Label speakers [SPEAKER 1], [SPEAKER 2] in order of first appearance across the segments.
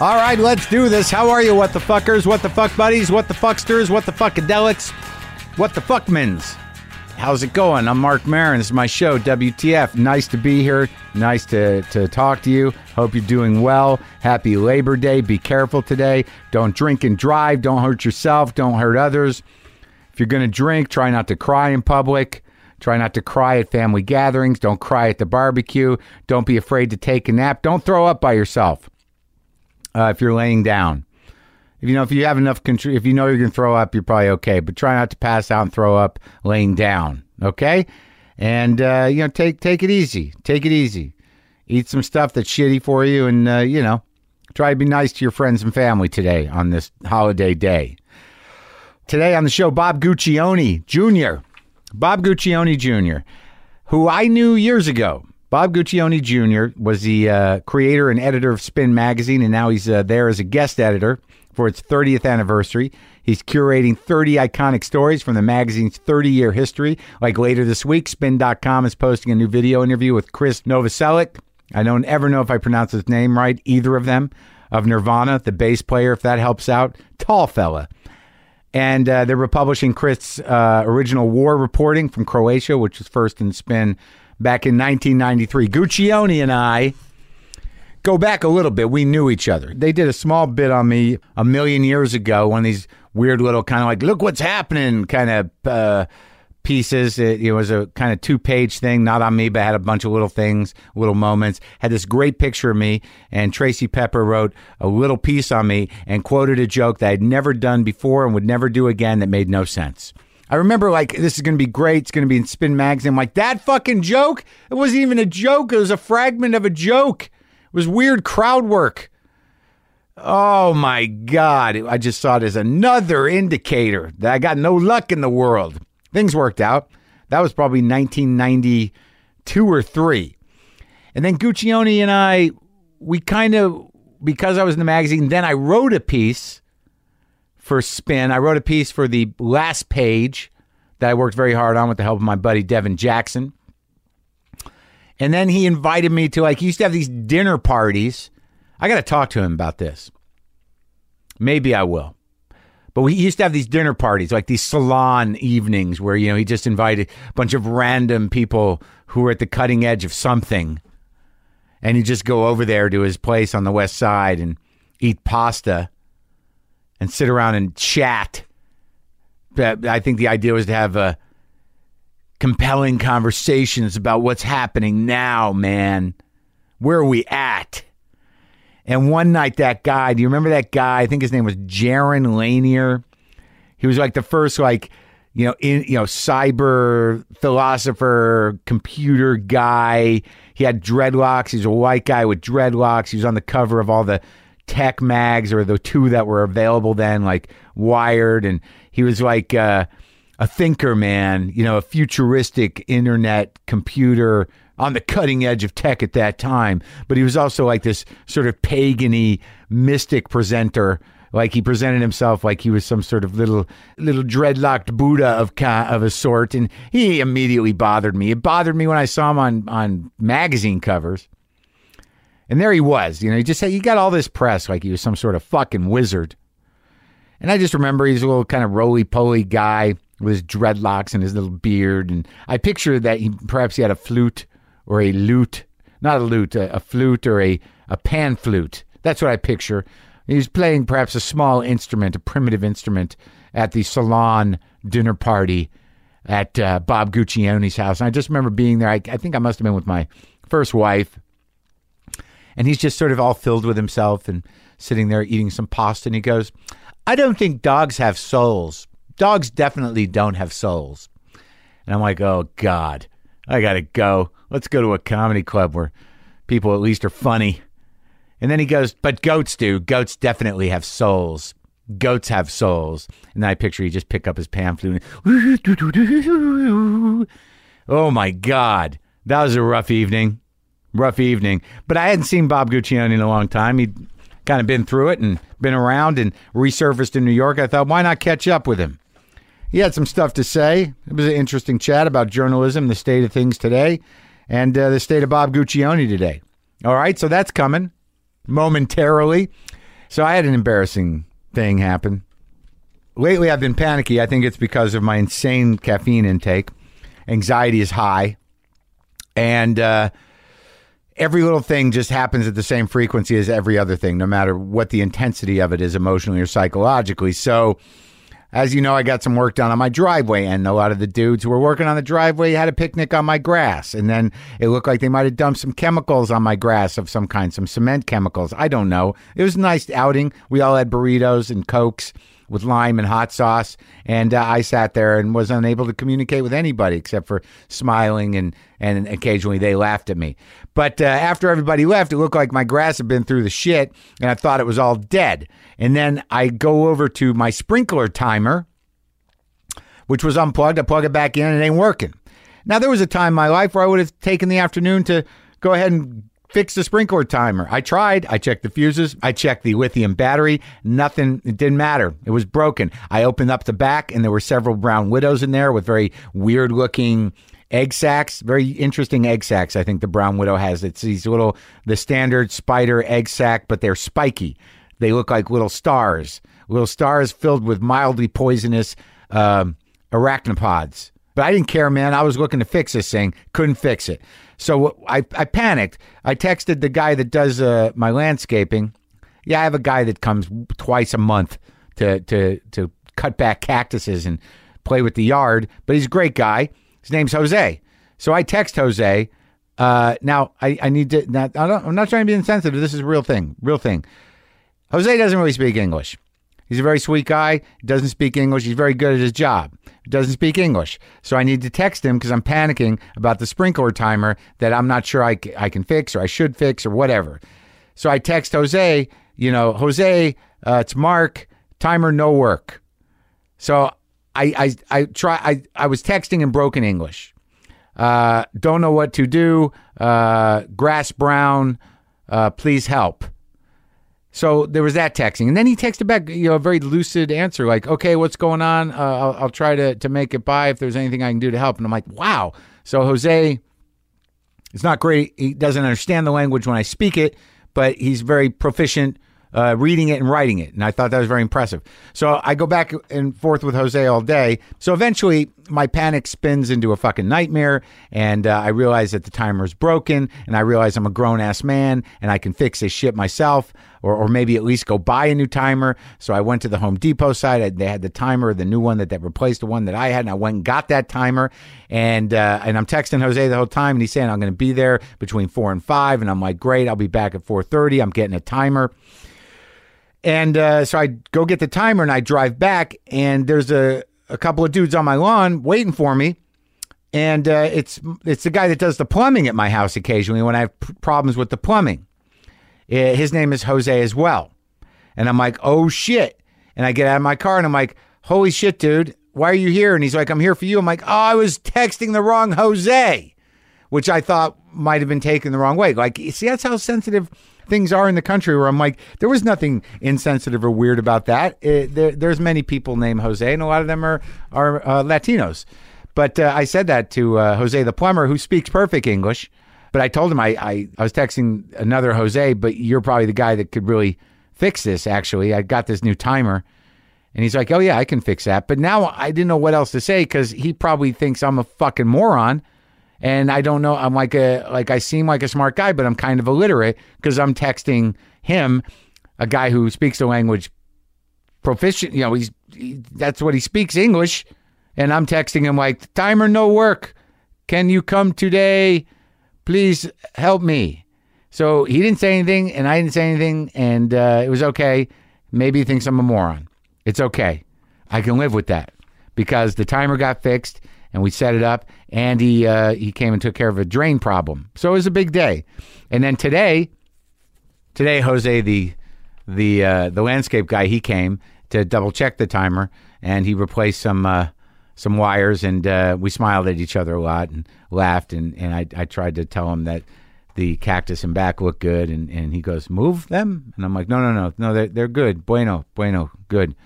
[SPEAKER 1] All right, let's do this. How are you, what the fuckers, what the fuck buddies, what the fucksters, what the fuckadelics, what the fuckmans? How's it going? I'm Mark Marin. This is my show, WTF. Nice to be here. Nice to, to talk to you. Hope you're doing well. Happy Labor Day. Be careful today. Don't drink and drive. Don't hurt yourself. Don't hurt others. If you're going to drink, try not to cry in public. Try not to cry at family gatherings. Don't cry at the barbecue. Don't be afraid to take a nap. Don't throw up by yourself uh, if you're laying down. If you know if you have enough control, if you know you're going to throw up, you're probably okay. But try not to pass out and throw up laying down. Okay, and uh, you know take take it easy. Take it easy. Eat some stuff that's shitty for you, and uh, you know try to be nice to your friends and family today on this holiday day. Today on the show, Bob Guccione Jr. Bob Guccione Jr who I knew years ago. Bob Guccione Jr. was the uh, creator and editor of Spin Magazine, and now he's uh, there as a guest editor for its 30th anniversary. He's curating 30 iconic stories from the magazine's 30 year history. Like later this week, Spin.com is posting a new video interview with Chris Novoselic. I don't ever know if I pronounce his name right, either of them, of Nirvana, the bass player, if that helps out. Tall fella and uh, they were publishing Chris' uh, original war reporting from Croatia, which was first in spin back in 1993. Guccione and I go back a little bit. We knew each other. They did a small bit on me a million years ago, one of these weird little kind of like, look what's happening kind of uh, pieces. It, it was a kind of two page thing, not on me, but had a bunch of little things, little moments. Had this great picture of me, and Tracy Pepper wrote a little piece on me and quoted a joke that I'd never done before and would never do again that made no sense. I remember like this is going to be great. It's going to be in Spin Magazine. I'm like that fucking joke. It wasn't even a joke. It was a fragment of a joke. It was weird crowd work. Oh my god! I just saw it as another indicator that I got no luck in the world. Things worked out. That was probably 1992 or three. And then Guccione and I, we kind of because I was in the magazine. Then I wrote a piece for Spin. I wrote a piece for the last page that I worked very hard on with the help of my buddy Devin Jackson. And then he invited me to like he used to have these dinner parties. I got to talk to him about this. Maybe I will. But we used to have these dinner parties, like these salon evenings where you know he just invited a bunch of random people who were at the cutting edge of something. And you just go over there to his place on the west side and eat pasta and sit around and chat. But I think the idea was to have uh, compelling conversations about what's happening now, man. Where are we at? And one night, that guy, do you remember that guy? I think his name was Jaron Lanier. He was like the first, like, you know, in, you know, cyber philosopher, computer guy. He had dreadlocks. He was a white guy with dreadlocks. He was on the cover of all the tech mags or the two that were available then, like Wired. And he was like uh, a thinker, man, you know, a futuristic internet computer on the cutting edge of tech at that time. But he was also like this sort of pagan mystic presenter. Like he presented himself like he was some sort of little little dreadlocked Buddha of ca of a sort, and he immediately bothered me. It bothered me when I saw him on on magazine covers. And there he was. You know, he just had, he got all this press like he was some sort of fucking wizard. And I just remember he's a little kind of roly poly guy with his dreadlocks and his little beard. And I picture that he perhaps he had a flute or a lute, not a lute, a, a flute or a, a pan flute. That's what I picture. He was playing perhaps a small instrument, a primitive instrument, at the salon dinner party at uh, Bob Guccione's house. And I just remember being there. I, I think I must have been with my first wife and he's just sort of all filled with himself and sitting there eating some pasta and he goes i don't think dogs have souls dogs definitely don't have souls and i'm like oh god i gotta go let's go to a comedy club where people at least are funny and then he goes but goats do goats definitely have souls goats have souls and then i picture he just pick up his pan flute and oh my god that was a rough evening rough evening. But I hadn't seen Bob Guccione in a long time. He'd kind of been through it and been around and resurfaced in New York. I thought, why not catch up with him? He had some stuff to say. It was an interesting chat about journalism, the state of things today, and uh, the state of Bob Guccione today. All right, so that's coming momentarily. So I had an embarrassing thing happen. Lately, I've been panicky. I think it's because of my insane caffeine intake. Anxiety is high. And uh, every little thing just happens at the same frequency as every other thing, no matter what the intensity of it is emotionally or psychologically. So, as you know, I got some work done on my driveway, and a lot of the dudes who were working on the driveway had a picnic on my grass. And then it looked like they might have dumped some chemicals on my grass of some kind, some cement chemicals. I don't know. It was a nice outing. We all had burritos and cokes with lime and hot sauce. And uh, I sat there and was unable to communicate with anybody except for smiling and, and occasionally they laughed at me. But uh, after everybody left, it looked like my grass had been through the shit and I thought it was all dead. And then I go over to my sprinkler timer, which was unplugged. I plug it back in and it ain't working. Now, there was a time in my life where I would have taken the afternoon to go ahead and fix the sprinkler timer. I tried. I checked the fuses. I checked the lithium battery. Nothing. It didn't matter. It was broken. I opened up the back, and there were several brown widows in there with very weird looking egg sacs. Very interesting egg sacs. I think the brown widow has. It's these little the standard spider egg sac, but they're spiky. They look like little stars. Little stars filled with mildly poisonous um, arachnopods. But I didn't care, man. I was looking to fix this thing. Couldn't fix it. So I, I panicked. I texted the guy that does uh, my landscaping. Yeah, I have a guy that comes twice a month to, to, to cut back cactuses and play with the yard, but he's a great guy. His name's Jose. So I text Jose. Uh, now, I, I need to, not, I don't, I'm not trying to be insensitive. This is a real thing, real thing. Jose doesn't really speak English. He's a very sweet guy. Doesn't speak English. He's very good at his job. Doesn't speak English. So I need to text him because I'm panicking about the sprinkler timer that I'm not sure I, c- I can fix or I should fix or whatever. So I text Jose, you know, Jose, uh, it's Mark, timer no work. So I, I, I try, I, I was texting in broken English. Uh, don't know what to do. Uh, grass brown. Uh, please help. So there was that texting, and then he texted back, you know, a very lucid answer, like, "Okay, what's going on? Uh, I'll, I'll try to to make it by if there's anything I can do to help." And I'm like, "Wow!" So Jose, it's not great. He doesn't understand the language when I speak it, but he's very proficient uh, reading it and writing it, and I thought that was very impressive. So I go back and forth with Jose all day. So eventually, my panic spins into a fucking nightmare, and uh, I realize that the timer's broken, and I realize I'm a grown ass man, and I can fix this shit myself, or, or maybe at least go buy a new timer. So I went to the Home Depot side. I, they had the timer, the new one that, that replaced the one that I had, and I went and got that timer. And uh, and I'm texting Jose the whole time, and he's saying I'm going to be there between four and five, and I'm like, great, I'll be back at 4:30. I'm getting a timer. And uh, so I go get the timer and I drive back, and there's a, a couple of dudes on my lawn waiting for me. And uh, it's it's the guy that does the plumbing at my house occasionally when I have p- problems with the plumbing. Uh, his name is Jose as well. And I'm like, oh shit. And I get out of my car and I'm like, holy shit, dude, why are you here? And he's like, I'm here for you. I'm like, oh, I was texting the wrong Jose, which I thought might have been taken the wrong way. Like, see, that's how sensitive things are in the country where I'm like, there was nothing insensitive or weird about that. It, there, there's many people named Jose, and a lot of them are, are uh, Latinos. But uh, I said that to uh, Jose the plumber, who speaks perfect English. But I told him I, I, I was texting another Jose, but you're probably the guy that could really fix this, actually. I got this new timer. And he's like, oh, yeah, I can fix that. But now I didn't know what else to say because he probably thinks I'm a fucking moron. And I don't know. I'm like a, like I seem like a smart guy, but I'm kind of illiterate because I'm texting him, a guy who speaks the language proficient. You know, he's, he, that's what he speaks English. And I'm texting him like, timer no work. Can you come today? Please help me. So he didn't say anything, and I didn't say anything, and uh, it was okay. Maybe he thinks I'm a moron. It's okay. I can live with that because the timer got fixed and we set it up, and he uh, he came and took care of a drain problem. So it was a big day. And then today, today Jose the the uh, the landscape guy he came to double check the timer, and he replaced some. Uh, some wires, and uh, we smiled at each other a lot and laughed. And, and I, I tried to tell him that the cactus and back look good, and, and he goes, "Move them," and I'm like, "No, no, no, no, they're, they're good. Bueno, bueno, good."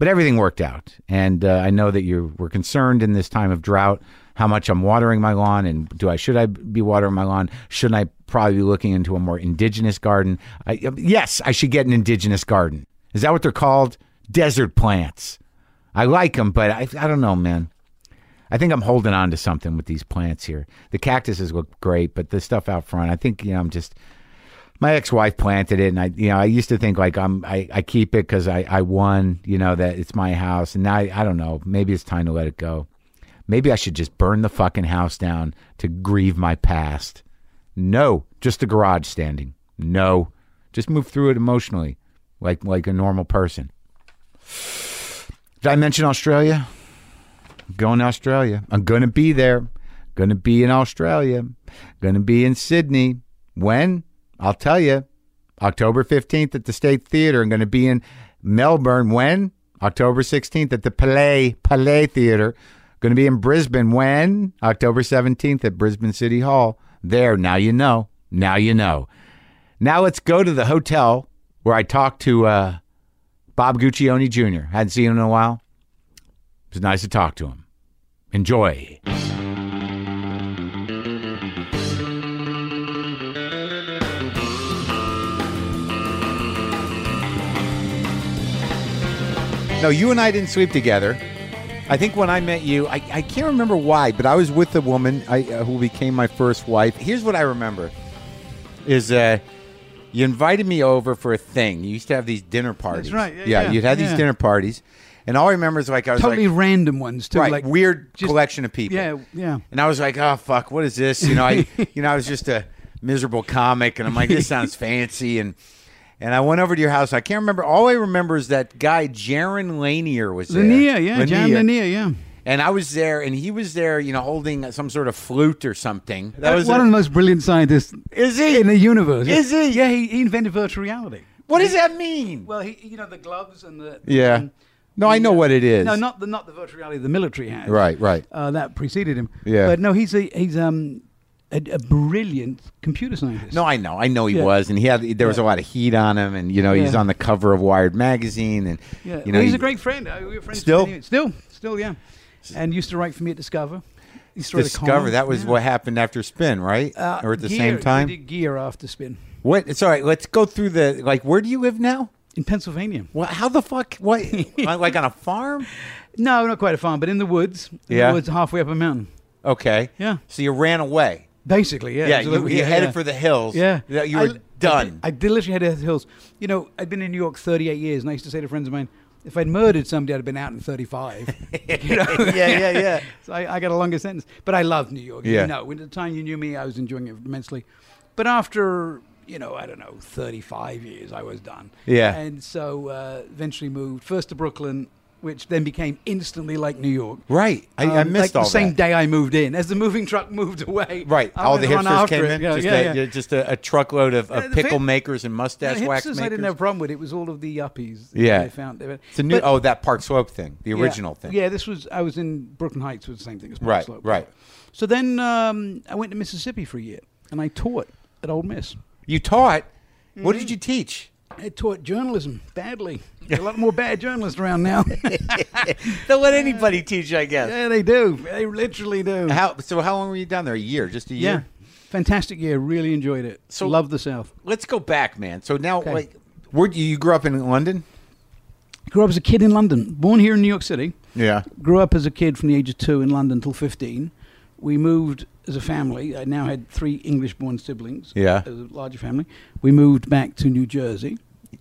[SPEAKER 1] But everything worked out, and uh, I know that you were concerned in this time of drought how much I'm watering my lawn, and do I should I be watering my lawn? Shouldn't I probably be looking into a more indigenous garden? I, um, yes, I should get an indigenous garden. Is that what they're called? Desert plants. I like them, but I, I don't know, man. I think I'm holding on to something with these plants here. The cactuses look great, but the stuff out front, I think you know, I'm just my ex-wife planted it, and I, you know, I used to think like I'm, I, I keep it because I, I won, you know, that it's my house, and now I, I don't know. Maybe it's time to let it go. Maybe I should just burn the fucking house down to grieve my past. No, just the garage standing. No, just move through it emotionally, like like a normal person. Did I mention Australia? going to Australia. I'm going to be there. Going to be in Australia. Going to be in Sydney. When? I'll tell you. October 15th at the State Theater. I'm going to be in Melbourne. When? October 16th at the Palais, Palais Theater. Going to be in Brisbane. When? October 17th at Brisbane City Hall. There. Now you know. Now you know. Now let's go to the hotel where I talked to uh, Bob Guccione Jr. Hadn't seen him in a while. It was nice to talk to him. Enjoy. No, you and I didn't sleep together. I think when I met you, I, I can't remember why, but I was with a woman I, uh, who became my first wife. Here's what I remember: is uh, you invited me over for a thing. You used to have these dinner parties.
[SPEAKER 2] right. Yeah, yeah,
[SPEAKER 1] you'd have these
[SPEAKER 2] yeah.
[SPEAKER 1] dinner parties, and all I remember is like I was
[SPEAKER 2] Totally
[SPEAKER 1] like,
[SPEAKER 2] random ones too.
[SPEAKER 1] right,
[SPEAKER 2] Like
[SPEAKER 1] weird
[SPEAKER 2] just-
[SPEAKER 1] collection of people.
[SPEAKER 2] Yeah, yeah.
[SPEAKER 1] And I was like, oh fuck, what is this? You know, I you know, I was just a miserable comic and I'm like, this sounds fancy and and I went over to your house. I can't remember. All I remember is that guy Jaron Lanier was there.
[SPEAKER 2] Lanier, yeah, Jam Lanier, yeah.
[SPEAKER 1] And I was there, and he was there, you know, holding some sort of flute or something. That
[SPEAKER 2] That's
[SPEAKER 1] was
[SPEAKER 2] one of the most brilliant scientists
[SPEAKER 1] is
[SPEAKER 2] in the
[SPEAKER 1] he?
[SPEAKER 2] universe.
[SPEAKER 1] Is he?
[SPEAKER 2] Yeah, he, he invented virtual reality.
[SPEAKER 1] What does that mean?
[SPEAKER 2] Well, he, you know, the gloves and the
[SPEAKER 1] Yeah.
[SPEAKER 2] and
[SPEAKER 1] No, I
[SPEAKER 2] the,
[SPEAKER 1] know
[SPEAKER 2] uh,
[SPEAKER 1] what it is.
[SPEAKER 2] No, not the not the virtual reality the military had.
[SPEAKER 1] Right, right.
[SPEAKER 2] Uh, that preceded him.
[SPEAKER 1] Yeah.
[SPEAKER 2] But no, he's a he's um a, a brilliant computer scientist.
[SPEAKER 1] No, I know, I know he
[SPEAKER 2] Yeah.
[SPEAKER 1] was, and he had. There was
[SPEAKER 2] Yeah.
[SPEAKER 1] a lot of heat on him, and you know, he's
[SPEAKER 2] Yeah.
[SPEAKER 1] on the cover of Wired magazine, and
[SPEAKER 2] Yeah,
[SPEAKER 1] you know,
[SPEAKER 2] well, he's
[SPEAKER 1] he-
[SPEAKER 2] a great friend. Uh, we were friends for
[SPEAKER 1] Still?
[SPEAKER 2] many years. still, still, yeah, and used to write for me at Discover. He used to write a column.
[SPEAKER 1] Discover that was
[SPEAKER 2] Yeah.
[SPEAKER 1] what happened after Spin, right?
[SPEAKER 2] Uh,
[SPEAKER 1] or at the
[SPEAKER 2] Gear,
[SPEAKER 1] same
[SPEAKER 2] we
[SPEAKER 1] time.
[SPEAKER 2] did Gear after Spin
[SPEAKER 1] What? It's all right. Let's go through the like. Where do you live now?
[SPEAKER 2] in Pennsylvania.
[SPEAKER 1] What? How the fuck? What? like on a farm?
[SPEAKER 2] No, not quite a farm, but in the woods. In
[SPEAKER 1] Yeah.
[SPEAKER 2] the woods, halfway up a mountain.
[SPEAKER 1] Okay.
[SPEAKER 2] Yeah.
[SPEAKER 1] So you ran away.
[SPEAKER 2] Basically, yeah.
[SPEAKER 1] Yeah. You,
[SPEAKER 2] absolutely,
[SPEAKER 1] you headed
[SPEAKER 2] yeah.
[SPEAKER 1] for the hills.
[SPEAKER 2] Yeah.
[SPEAKER 1] Yeah, You
[SPEAKER 2] I-
[SPEAKER 1] were done.
[SPEAKER 2] I, did literally head to the hills. You know, I'd been in New York 38 years, and I used to say to friends of mine, if I'd murdered somebody, I'd have been out in 35. you know?
[SPEAKER 1] Yeah, yeah, yeah.
[SPEAKER 2] so I, I got a longer sentence. But I loved New York.
[SPEAKER 1] Yeah.
[SPEAKER 2] You know, at the time you knew me, I was enjoying it immensely. But after, you know, I don't know, 35 years, I was done.
[SPEAKER 1] Yeah.
[SPEAKER 2] And so uh, eventually moved first to Brooklyn, which then became instantly like New York.
[SPEAKER 1] right. I, I
[SPEAKER 2] Um,
[SPEAKER 1] missed
[SPEAKER 2] like
[SPEAKER 1] all
[SPEAKER 2] the same
[SPEAKER 1] that.
[SPEAKER 2] day I moved in. As the moving truck moved away,
[SPEAKER 1] Right.
[SPEAKER 2] I
[SPEAKER 1] all
[SPEAKER 2] was
[SPEAKER 1] the
[SPEAKER 2] run
[SPEAKER 1] hipsters
[SPEAKER 2] after
[SPEAKER 1] came
[SPEAKER 2] it.
[SPEAKER 1] in.
[SPEAKER 2] Yeah,
[SPEAKER 1] just,
[SPEAKER 2] yeah,
[SPEAKER 1] a,
[SPEAKER 2] yeah.
[SPEAKER 1] just a, a truckload of,
[SPEAKER 2] Yeah,
[SPEAKER 1] of
[SPEAKER 2] the fa-
[SPEAKER 1] pickle makers and
[SPEAKER 2] No,
[SPEAKER 1] mustache
[SPEAKER 2] hipsters,
[SPEAKER 1] wax
[SPEAKER 2] I didn't have a
[SPEAKER 1] makers.
[SPEAKER 2] problem with it. It was all of the yuppies. that
[SPEAKER 1] Yeah.
[SPEAKER 2] they found it.
[SPEAKER 1] It's a new. oh, that Park Slope thing, the original thing.
[SPEAKER 2] Yeah, this was. I was in Brooklyn Heights. Was the same thing as Park
[SPEAKER 1] Right,
[SPEAKER 2] Slope.
[SPEAKER 1] right.
[SPEAKER 2] So then um, I went to Mississippi for a year, and I taught at Ole Miss.
[SPEAKER 1] You taught. What
[SPEAKER 2] Mm-hmm.
[SPEAKER 1] did you teach?
[SPEAKER 2] I taught journalism badly. There are a lot more bad journalists around now.
[SPEAKER 1] Don't let anybody teach. I guess.
[SPEAKER 2] yeah, they do. They literally do.
[SPEAKER 1] How? So how long were you down there? A year? Just a year?
[SPEAKER 2] yeah, fantastic year. Really enjoyed it.
[SPEAKER 1] So-
[SPEAKER 2] So love the South.
[SPEAKER 1] Let's go back, man. So now,
[SPEAKER 2] Okay.
[SPEAKER 1] like, where do you, you grew up in London?
[SPEAKER 2] Grew up as a kid in London. Born here in New York City.
[SPEAKER 1] Yeah.
[SPEAKER 2] grew up as a kid from the age of two in London till 15. We moved as a family. I now had three English born siblings.
[SPEAKER 1] Yeah.
[SPEAKER 2] As a larger family. We moved back to New Jersey.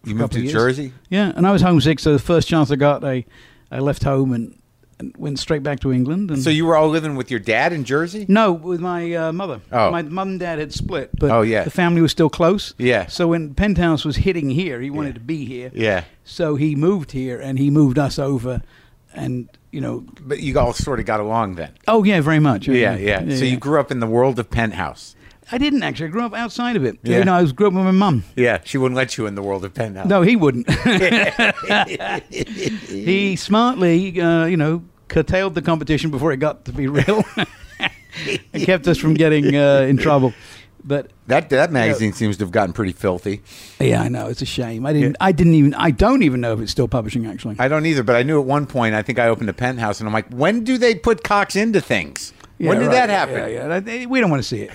[SPEAKER 1] You
[SPEAKER 2] Couple
[SPEAKER 1] moved to
[SPEAKER 2] years.
[SPEAKER 1] Jersey.
[SPEAKER 2] Yeah. And I was homesick. So the first chance I got, I, I left home and, and went straight back to England. And
[SPEAKER 1] So you were all living with your dad in Jersey?
[SPEAKER 2] No, with my uh, mother.
[SPEAKER 1] Oh.
[SPEAKER 2] My mum and dad had split, but
[SPEAKER 1] Oh, yeah.
[SPEAKER 2] the family was still close.
[SPEAKER 1] Yeah.
[SPEAKER 2] So when Penthouse was hitting here, he wanted to be here.
[SPEAKER 1] Yeah.
[SPEAKER 2] So he moved here and he moved us over and, you know,
[SPEAKER 1] But you all sort of got along then.
[SPEAKER 2] oh, yeah, very much.
[SPEAKER 1] Yeah, yeah. so you grew up in the world of Penthouse.
[SPEAKER 2] I didn't actually. I grew up outside of it.
[SPEAKER 1] Yeah.
[SPEAKER 2] You know, I was grew up with my mum.
[SPEAKER 1] Yeah, she wouldn't let you in the world of Penthouse.
[SPEAKER 2] No, he wouldn't. he smartly, uh, you know, curtailed the competition before it got to be real and kept us from getting uh, in trouble. But
[SPEAKER 1] That that magazine seems to have gotten pretty filthy.
[SPEAKER 2] yeah, I know it's a shame. I didn't. I didn't even. I don't even know if it's still publishing. Actually,
[SPEAKER 1] I don't either, but I knew at one point. I think I opened a penthouse, and I'm like, when do they put cocks into things?
[SPEAKER 2] Yeah,
[SPEAKER 1] when did
[SPEAKER 2] right.
[SPEAKER 1] that happen?
[SPEAKER 2] Yeah, yeah. That- they- We don't want to see it.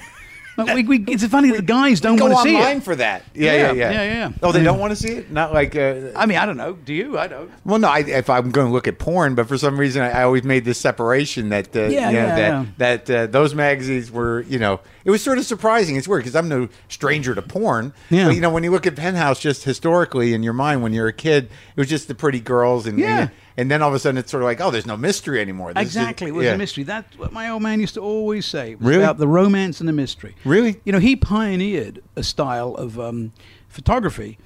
[SPEAKER 2] But we, we, it's funny that the guys don't
[SPEAKER 1] Go
[SPEAKER 2] want to see
[SPEAKER 1] online
[SPEAKER 2] it.
[SPEAKER 1] for that. Yeah, yeah,
[SPEAKER 2] Yeah,
[SPEAKER 1] yeah,
[SPEAKER 2] yeah, yeah.
[SPEAKER 1] Oh, they
[SPEAKER 2] Yeah.
[SPEAKER 1] don't want to see it. Not like. Uh,
[SPEAKER 2] I mean, I don't know. Do you? I don't.
[SPEAKER 1] well, no. I, if I'm going to look at porn, but for some reason, I, I always made this separation that uh,
[SPEAKER 2] Yeah,
[SPEAKER 1] you know,
[SPEAKER 2] yeah,
[SPEAKER 1] that
[SPEAKER 2] yeah.
[SPEAKER 1] that uh, those magazines were, you know, it was sort of surprising. It's weird because I'm no stranger to porn.
[SPEAKER 2] Yeah.
[SPEAKER 1] But, you know, when you look at Penthouse, just historically in your mind when you're a kid, it was just the pretty girls, and
[SPEAKER 2] Yeah.
[SPEAKER 1] and, and then all of a sudden it's sort of like, oh, there's no mystery anymore. This is-
[SPEAKER 2] Exactly. It was
[SPEAKER 1] yeah.
[SPEAKER 2] a mystery. That's what my old man used to always say. It was
[SPEAKER 1] Really?
[SPEAKER 2] About the romance and the mystery.
[SPEAKER 1] Really?
[SPEAKER 2] You know, he pioneered a style of um, photography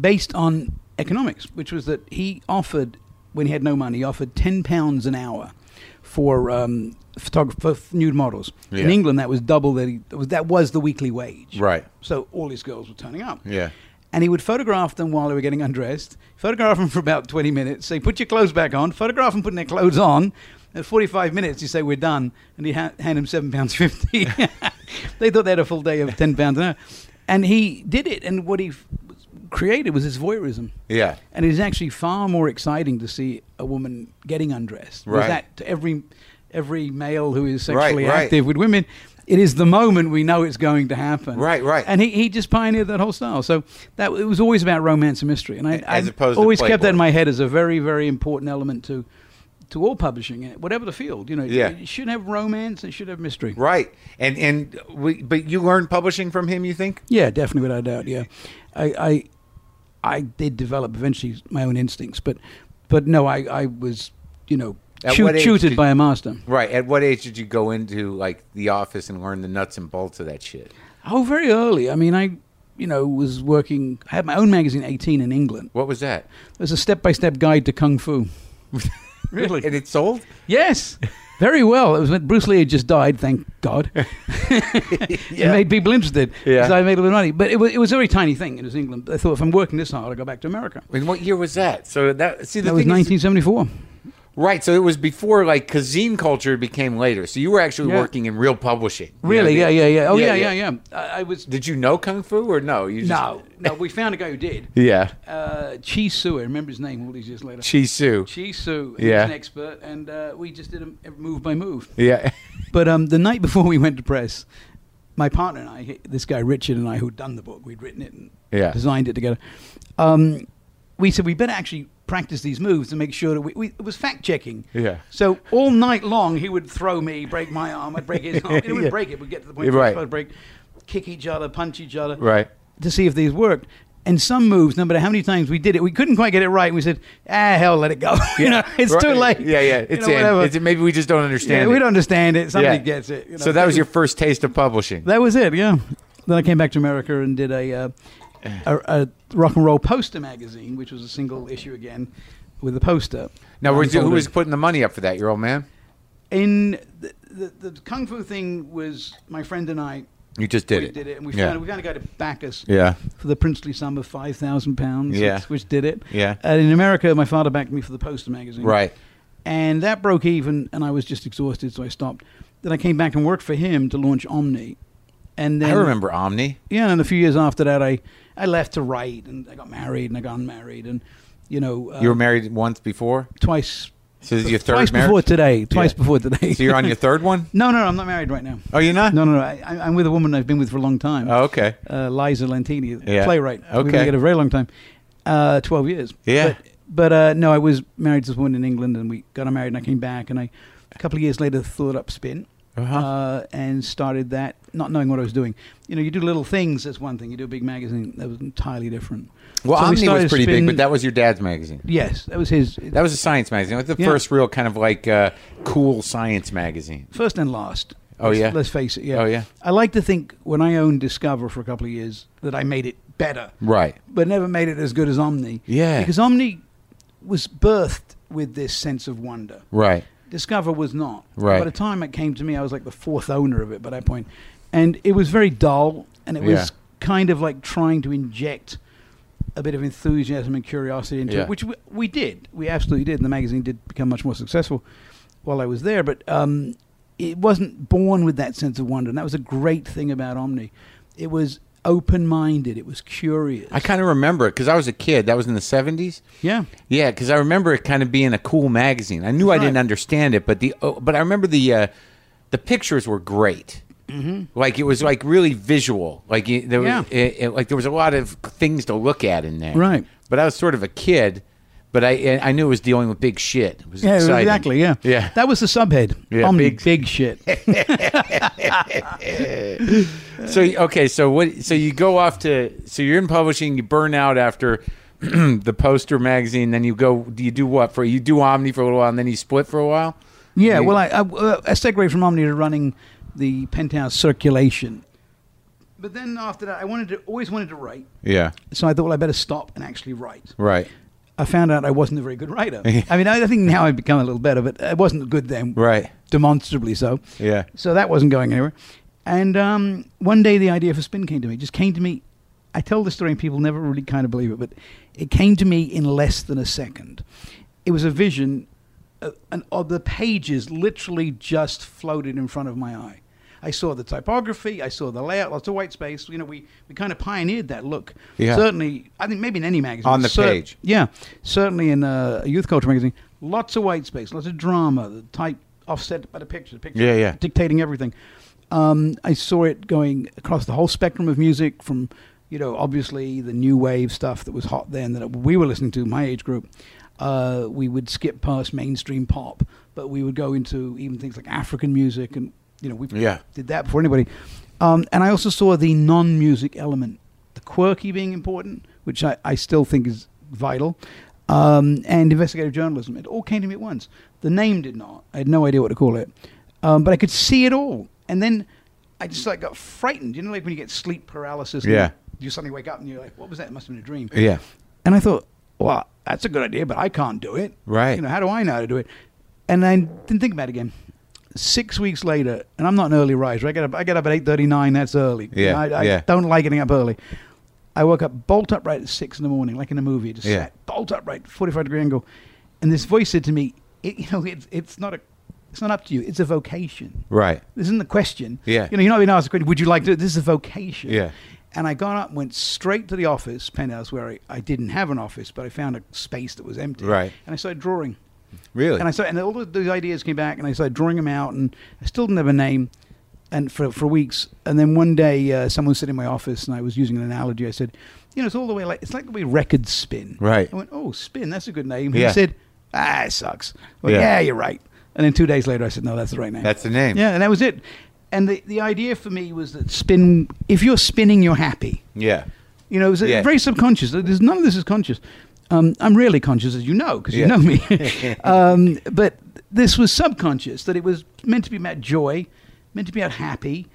[SPEAKER 2] based on economics, which was that he offered, when he had no money, he offered £10 an hour for. Um, photog- for f- nude models in
[SPEAKER 1] Yeah.
[SPEAKER 2] England, that was double that. He, that was- that was the weekly wage.
[SPEAKER 1] Right.
[SPEAKER 2] So all these girls were turning up.
[SPEAKER 1] Yeah.
[SPEAKER 2] And he would photograph them while they were getting undressed, photograph them for about 20 minutes, say, put your clothes back on, photograph them putting their clothes on. At 45 minutes, you say, we're done. And he'd ha- hand him £7.50. they thought they had a full day of £10 an hour. And he did it. And what he f- created was his voyeurism.
[SPEAKER 1] Yeah.
[SPEAKER 2] And it is actually far more exciting to see a woman getting undressed. Whereas
[SPEAKER 1] Right.
[SPEAKER 2] That to every, every male who is
[SPEAKER 1] Right,
[SPEAKER 2] sexually
[SPEAKER 1] right.
[SPEAKER 2] active with women, it is the moment we know it's going to happen.
[SPEAKER 1] Right, right.
[SPEAKER 2] And he, he just pioneered that whole style. So that it was always about romance and mystery, and I
[SPEAKER 1] As
[SPEAKER 2] I
[SPEAKER 1] opposed to
[SPEAKER 2] always kept that
[SPEAKER 1] Playboy.
[SPEAKER 2] in my head as a very very important element to to all publishing, eh, whatever the field. You know,
[SPEAKER 1] Yeah.
[SPEAKER 2] it should have romance, it should have mystery.
[SPEAKER 1] Right. And and we, but you learned publishing from him, you think?
[SPEAKER 2] Yeah, definitely, without a doubt. Yeah, I, I, I did develop eventually my own instincts, but, but no, I, I was, you know,
[SPEAKER 1] At
[SPEAKER 2] tu-
[SPEAKER 1] what age
[SPEAKER 2] tutored
[SPEAKER 1] did-
[SPEAKER 2] by a master.
[SPEAKER 1] Right. At what age did you go into like the office and learn the nuts and bolts of that shit?
[SPEAKER 2] Oh, very early. I mean, I, you know, was working. I had my own magazine, at eighteen, in England.
[SPEAKER 1] What was that?
[SPEAKER 2] It was a step-by-step guide to kung fu. Really?
[SPEAKER 1] and it sold?
[SPEAKER 2] Yes. Very well. It was when Bruce Lee had just died, thank God. It made people interested.
[SPEAKER 1] Yeah.
[SPEAKER 2] So I made a little money. But it was, it was a very tiny thing. It was England. I thought, if I'm working this hard, I'll go back to America.
[SPEAKER 1] And what year was that? So that see the
[SPEAKER 2] That was
[SPEAKER 1] thing is-
[SPEAKER 2] 1974.
[SPEAKER 1] right. So it was before like cuisine culture became later. So you were actually
[SPEAKER 2] Yeah.
[SPEAKER 1] working in real publishing. You know,
[SPEAKER 2] Really?
[SPEAKER 1] the-
[SPEAKER 2] Yeah, yeah, yeah. Oh, yeah, yeah, yeah. I, I was.
[SPEAKER 1] Did you know kung fu or no? You just,
[SPEAKER 2] No, no, we found a guy who did.
[SPEAKER 1] Yeah.
[SPEAKER 2] Uh, Chi Su, I remember his name all these years later.
[SPEAKER 1] Chi Su.
[SPEAKER 2] Chi Su, he
[SPEAKER 1] Yeah.
[SPEAKER 2] was an expert, and uh, we just did him move by move.
[SPEAKER 1] Yeah.
[SPEAKER 2] But um, the night before we went to press, my partner and I, this guy Richard and I, who'd done the book, we'd written it and
[SPEAKER 1] Yeah.
[SPEAKER 2] designed it together. Um, we said we better actually practice these moves to make sure that we, we it was fact checking.
[SPEAKER 1] Yeah.
[SPEAKER 2] So all night long he would throw me, break my arm, I'd break his arm. It would
[SPEAKER 1] Yeah.
[SPEAKER 2] break it. We'd get to the
[SPEAKER 1] Yeah,
[SPEAKER 2] point where
[SPEAKER 1] right.
[SPEAKER 2] right. we'd break, kick each other, punch each other
[SPEAKER 1] Right.
[SPEAKER 2] to see if these worked. And some moves, no matter how many times we did it, we couldn't quite get it right. We said, "Ah, hell, let it go. you know, it's too
[SPEAKER 1] Right.
[SPEAKER 2] late.
[SPEAKER 1] Yeah, yeah.
[SPEAKER 2] You
[SPEAKER 1] It's,
[SPEAKER 2] know,
[SPEAKER 1] in.
[SPEAKER 2] whatever.
[SPEAKER 1] It's in. maybe we just don't
[SPEAKER 2] Yeah,
[SPEAKER 1] understand.
[SPEAKER 2] we
[SPEAKER 1] it.
[SPEAKER 2] don't understand it. Somebody
[SPEAKER 1] Yeah.
[SPEAKER 2] gets it. you know.
[SPEAKER 1] So that was your first taste of publishing.
[SPEAKER 2] That was it. Yeah. Then I came back to America and did a uh, a, a rock and roll poster magazine, which was a single issue again with a poster.
[SPEAKER 1] Now,
[SPEAKER 2] Um,
[SPEAKER 1] where's- who
[SPEAKER 2] folded.
[SPEAKER 1] was putting the money up for that? Your old man?
[SPEAKER 2] in the, the, the kung fu thing was my friend and I.
[SPEAKER 1] You just did
[SPEAKER 2] we
[SPEAKER 1] it.
[SPEAKER 2] did it, and we
[SPEAKER 1] Yeah.
[SPEAKER 2] found we found a guy to back us.
[SPEAKER 1] Yeah.
[SPEAKER 2] For the princely sum of five thousand pounds,
[SPEAKER 1] Yeah.
[SPEAKER 2] which, which did it.
[SPEAKER 1] Yeah.
[SPEAKER 2] And in America, my father backed me for the poster magazine.
[SPEAKER 1] Right.
[SPEAKER 2] And that broke even, and I was just exhausted, so I stopped. Then I came back and worked for him to launch Omni. And then
[SPEAKER 1] I remember Omni.
[SPEAKER 2] yeah, and a few years after that, I, I left to write, and I got married, and I got unmarried, and you know, uh,
[SPEAKER 1] You were married once before,
[SPEAKER 2] twice.
[SPEAKER 1] so this is your third
[SPEAKER 2] twice
[SPEAKER 1] marriage.
[SPEAKER 2] before today. Twice
[SPEAKER 1] Yeah.
[SPEAKER 2] before today.
[SPEAKER 1] so you're on your third one.
[SPEAKER 2] no, no, no, I'm not married right now.
[SPEAKER 1] Oh, you're not.
[SPEAKER 2] No, no, no. I, I- I'm with a woman I've been with for a long time.
[SPEAKER 1] Oh, okay.
[SPEAKER 2] Uh, Liza Lantini,
[SPEAKER 1] Yeah.
[SPEAKER 2] playwright. We've been
[SPEAKER 1] Okay.
[SPEAKER 2] together a very long time, uh, twelve years.
[SPEAKER 1] Yeah.
[SPEAKER 2] But, but uh, no, I was married to this woman in England, and we got married, and I came back, and I a couple of years later thought up spin.
[SPEAKER 1] Uh-huh.
[SPEAKER 2] uh, and started that, not knowing what I was doing. You know, you do little things. That's one thing. You do a big magazine. That was entirely different.
[SPEAKER 1] Well,
[SPEAKER 2] So we
[SPEAKER 1] Omni was
[SPEAKER 2] started
[SPEAKER 1] pretty big,
[SPEAKER 2] Spin-
[SPEAKER 1] but that was your dad's magazine.
[SPEAKER 2] yes, that was his
[SPEAKER 1] That was a science magazine. It was the
[SPEAKER 2] Yeah.
[SPEAKER 1] first real kind of like uh, cool science magazine.
[SPEAKER 2] first and last.
[SPEAKER 1] Oh,
[SPEAKER 2] Let's-
[SPEAKER 1] yeah?
[SPEAKER 2] Let's face it. Yeah.
[SPEAKER 1] Oh, yeah.
[SPEAKER 2] I like to think when I owned Discover for a couple of years that I made it better,
[SPEAKER 1] Right.
[SPEAKER 2] but never made it as good as Omni.
[SPEAKER 1] Yeah.
[SPEAKER 2] Because Omni was birthed with this sense of wonder.
[SPEAKER 1] Right.
[SPEAKER 2] Discover was not.
[SPEAKER 1] Right.
[SPEAKER 2] By the time it came to me, I was like the fourth owner of it by that point. And it was very dull, and it was
[SPEAKER 1] Yeah.
[SPEAKER 2] kind of like trying to inject a bit of enthusiasm and curiosity into
[SPEAKER 1] Yeah.
[SPEAKER 2] it, which we, we did. We absolutely did. And the magazine did become much more successful while I was there. But um, it wasn't born with that sense of wonder. And that was a great thing about Omni. It was open minded. It was curious.
[SPEAKER 1] I kind of remember it because I was a kid. That was in the 70s.
[SPEAKER 2] yeah.
[SPEAKER 1] Yeah, because I remember it kind of being a cool magazine. I knew I didn't
[SPEAKER 2] Right.
[SPEAKER 1] understand it, but the oh, but I remember the uh, the pictures were great. Mm-hmm. Like it was like really visual. Like you- there was
[SPEAKER 2] Yeah.
[SPEAKER 1] it, it- like there was a lot of things to look at in there.
[SPEAKER 2] Right.
[SPEAKER 1] But I was sort of a kid, but I I knew it was dealing with big shit. It was
[SPEAKER 2] Yeah,
[SPEAKER 1] exciting.
[SPEAKER 2] exactly. Yeah,
[SPEAKER 1] Yeah.
[SPEAKER 2] That was the subhead.
[SPEAKER 1] Yeah,
[SPEAKER 2] Omni,
[SPEAKER 1] big-
[SPEAKER 2] big, shit.
[SPEAKER 1] So okay, so what? So you go off to so you're in publishing. You burn out after the poster magazine. Then you go. Do you do what for? You do Omni for a little while, and then you split for a while.
[SPEAKER 2] yeah.
[SPEAKER 1] You-
[SPEAKER 2] Well, I I, uh, I segued from Omni to running the penthouse circulation. But then after that, I wanted to always wanted to write.
[SPEAKER 1] yeah,
[SPEAKER 2] So I thought, well, I better stop and actually write.
[SPEAKER 1] right,
[SPEAKER 2] I found out I wasn't a very good writer. I mean, I I think now I've become a little better, but I wasn't good then.
[SPEAKER 1] right,
[SPEAKER 2] Demonstrably so.
[SPEAKER 1] yeah,
[SPEAKER 2] So that wasn't going anywhere. And um, one day the idea for Spin came to me. It just came to me. I tell the story and people never really kind of believe it, but it came to me in less than a second. It was a vision, uh, and of the pages literally just floated in front of my eye. I saw the typography, I saw the layout, lots of white space. You know, we, we kind of pioneered that look.
[SPEAKER 1] Yeah.
[SPEAKER 2] Certainly, I think maybe in any magazine.
[SPEAKER 1] On the
[SPEAKER 2] cer-
[SPEAKER 1] page.
[SPEAKER 2] yeah, certainly in uh, a youth culture magazine, lots of white space, lots of drama, the type offset by the picture, the picture
[SPEAKER 1] Yeah, yeah.
[SPEAKER 2] dictating everything. Um, I saw it going across the whole spectrum of music from, you know, obviously the new wave stuff that was hot then that we were listening to, my age group. Uh, we would skip past mainstream pop, but we would go into even things like African music and, you know, we
[SPEAKER 1] Yeah.
[SPEAKER 2] did that before anybody. Um, and I also saw the non music element, the quirky being important, which I, I still think is vital, um, and investigative journalism. It all came to me at once. The name did not. I had no idea what to call it. Um, but I could see it all. And then I just like got frightened. You know, like when you get sleep paralysis? and
[SPEAKER 1] Yeah.
[SPEAKER 2] You suddenly wake up and you're like, what was that? It must have been a dream.
[SPEAKER 1] yeah,
[SPEAKER 2] And I thought, well, that's a good idea, but I can't do it.
[SPEAKER 1] Right.
[SPEAKER 2] You know, how do I know how to do it? And I didn't think about it again. Six weeks later, and I'm not an early riser. I get up, I get up at eight thirty nine. That's early.
[SPEAKER 1] Yeah,
[SPEAKER 2] I, I
[SPEAKER 1] yeah.
[SPEAKER 2] don't like getting up early. I woke up bolt upright at six in the morning, like in a movie. Just
[SPEAKER 1] Yeah.
[SPEAKER 2] sat bolt upright, forty five degree angle. And this voice said to me, it, "You know, it's it's not a, it's not up to you. It's a vocation.
[SPEAKER 1] right,
[SPEAKER 2] This isn't the question.
[SPEAKER 1] Yeah.
[SPEAKER 2] You know, you're not being asked the question, would you like to do it? This is a vocation.
[SPEAKER 1] Yeah.
[SPEAKER 2] And I got up and went straight to the office, penthouse, where I, I didn't have an office, but I found a space that was empty.
[SPEAKER 1] Right.
[SPEAKER 2] And I started drawing.
[SPEAKER 1] really,
[SPEAKER 2] And I started, and all of those ideas came back, and I started drawing them out, and I still didn't have a name and for, for weeks. And then one day, uh, someone said in my office, and I was using an analogy, I said, you know, it's all the way like, it's like the way records spin.
[SPEAKER 1] Right.
[SPEAKER 2] I went, oh, spin, that's a good name.
[SPEAKER 1] Yeah.
[SPEAKER 2] He said, ah, it sucks. I went,
[SPEAKER 1] Yeah.
[SPEAKER 2] yeah. you're right. And then two days later, I said, no, that's the right name.
[SPEAKER 1] that's the name.
[SPEAKER 2] Yeah, and that was it. And the, the idea for me was that spin, if you're spinning, you're happy.
[SPEAKER 1] yeah,
[SPEAKER 2] You know, it was uh,
[SPEAKER 1] Yeah.
[SPEAKER 2] very subconscious. There's, none of this is conscious. Um, I'm really conscious, as you know, because
[SPEAKER 1] Yeah.
[SPEAKER 2] you know me. um, but this was subconscious, that it was meant to be about joy, meant to be about happy.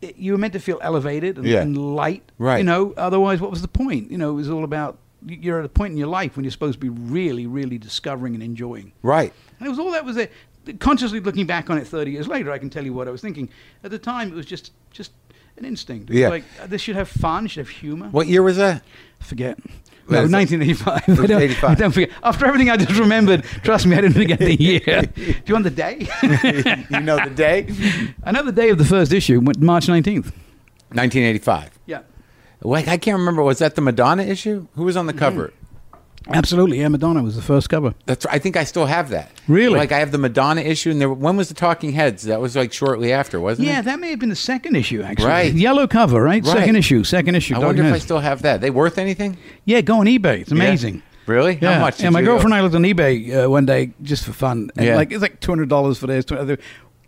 [SPEAKER 2] It- you were meant to feel elevated and,
[SPEAKER 1] Yeah.
[SPEAKER 2] and light.
[SPEAKER 1] Right.
[SPEAKER 2] You know, otherwise, what was the point? You know, it was all about y- you're at a point in your life when you're supposed to be really, really discovering and enjoying.
[SPEAKER 1] right,
[SPEAKER 2] And it was all that was there. Consciously looking back on it 30 years later, I can tell you what I was thinking. At the time, it was just just an instinct. It was
[SPEAKER 1] Yeah.
[SPEAKER 2] Like, uh, this should have fun, it should have humor.
[SPEAKER 1] What year was that?
[SPEAKER 2] Forget.
[SPEAKER 1] Well,
[SPEAKER 2] No,
[SPEAKER 1] it's-
[SPEAKER 2] 1985. I don't,
[SPEAKER 1] 85.
[SPEAKER 2] I don't forget. After everything I just remembered, trust me, I didn't forget the year. Do you want the day?
[SPEAKER 1] you know the day,
[SPEAKER 2] I know the day of the first issue, went March 19th.
[SPEAKER 1] 1985.
[SPEAKER 2] Yeah.
[SPEAKER 1] Like I can't remember. Was that the Madonna issue? Who was on
[SPEAKER 2] Mm-hmm.
[SPEAKER 1] the cover?
[SPEAKER 2] Absolutely. Yeah, Madonna was the first cover.
[SPEAKER 1] That's. I think I still have that.
[SPEAKER 2] Really?
[SPEAKER 1] Like I have the Madonna issue, and there. When was the Talking Heads? That was like shortly after, wasn't
[SPEAKER 2] Yeah,
[SPEAKER 1] it?
[SPEAKER 2] that may have been the second issue, actually.
[SPEAKER 1] Right.
[SPEAKER 2] Yellow cover, right?
[SPEAKER 1] Right.
[SPEAKER 2] Second issue, second issue.
[SPEAKER 1] I
[SPEAKER 2] Dog
[SPEAKER 1] wonder if I
[SPEAKER 2] Nest.
[SPEAKER 1] still have that. They worth anything?
[SPEAKER 2] yeah, go on eBay. It's
[SPEAKER 1] Yeah.
[SPEAKER 2] amazing.
[SPEAKER 1] Really?
[SPEAKER 2] Yeah.
[SPEAKER 1] How much?
[SPEAKER 2] Yeah,
[SPEAKER 1] did
[SPEAKER 2] my
[SPEAKER 1] you-
[SPEAKER 2] girlfriend and I looked on eBay uh, one day just for fun. And
[SPEAKER 1] Yeah.
[SPEAKER 2] like it's like two hundred dollars for this. 200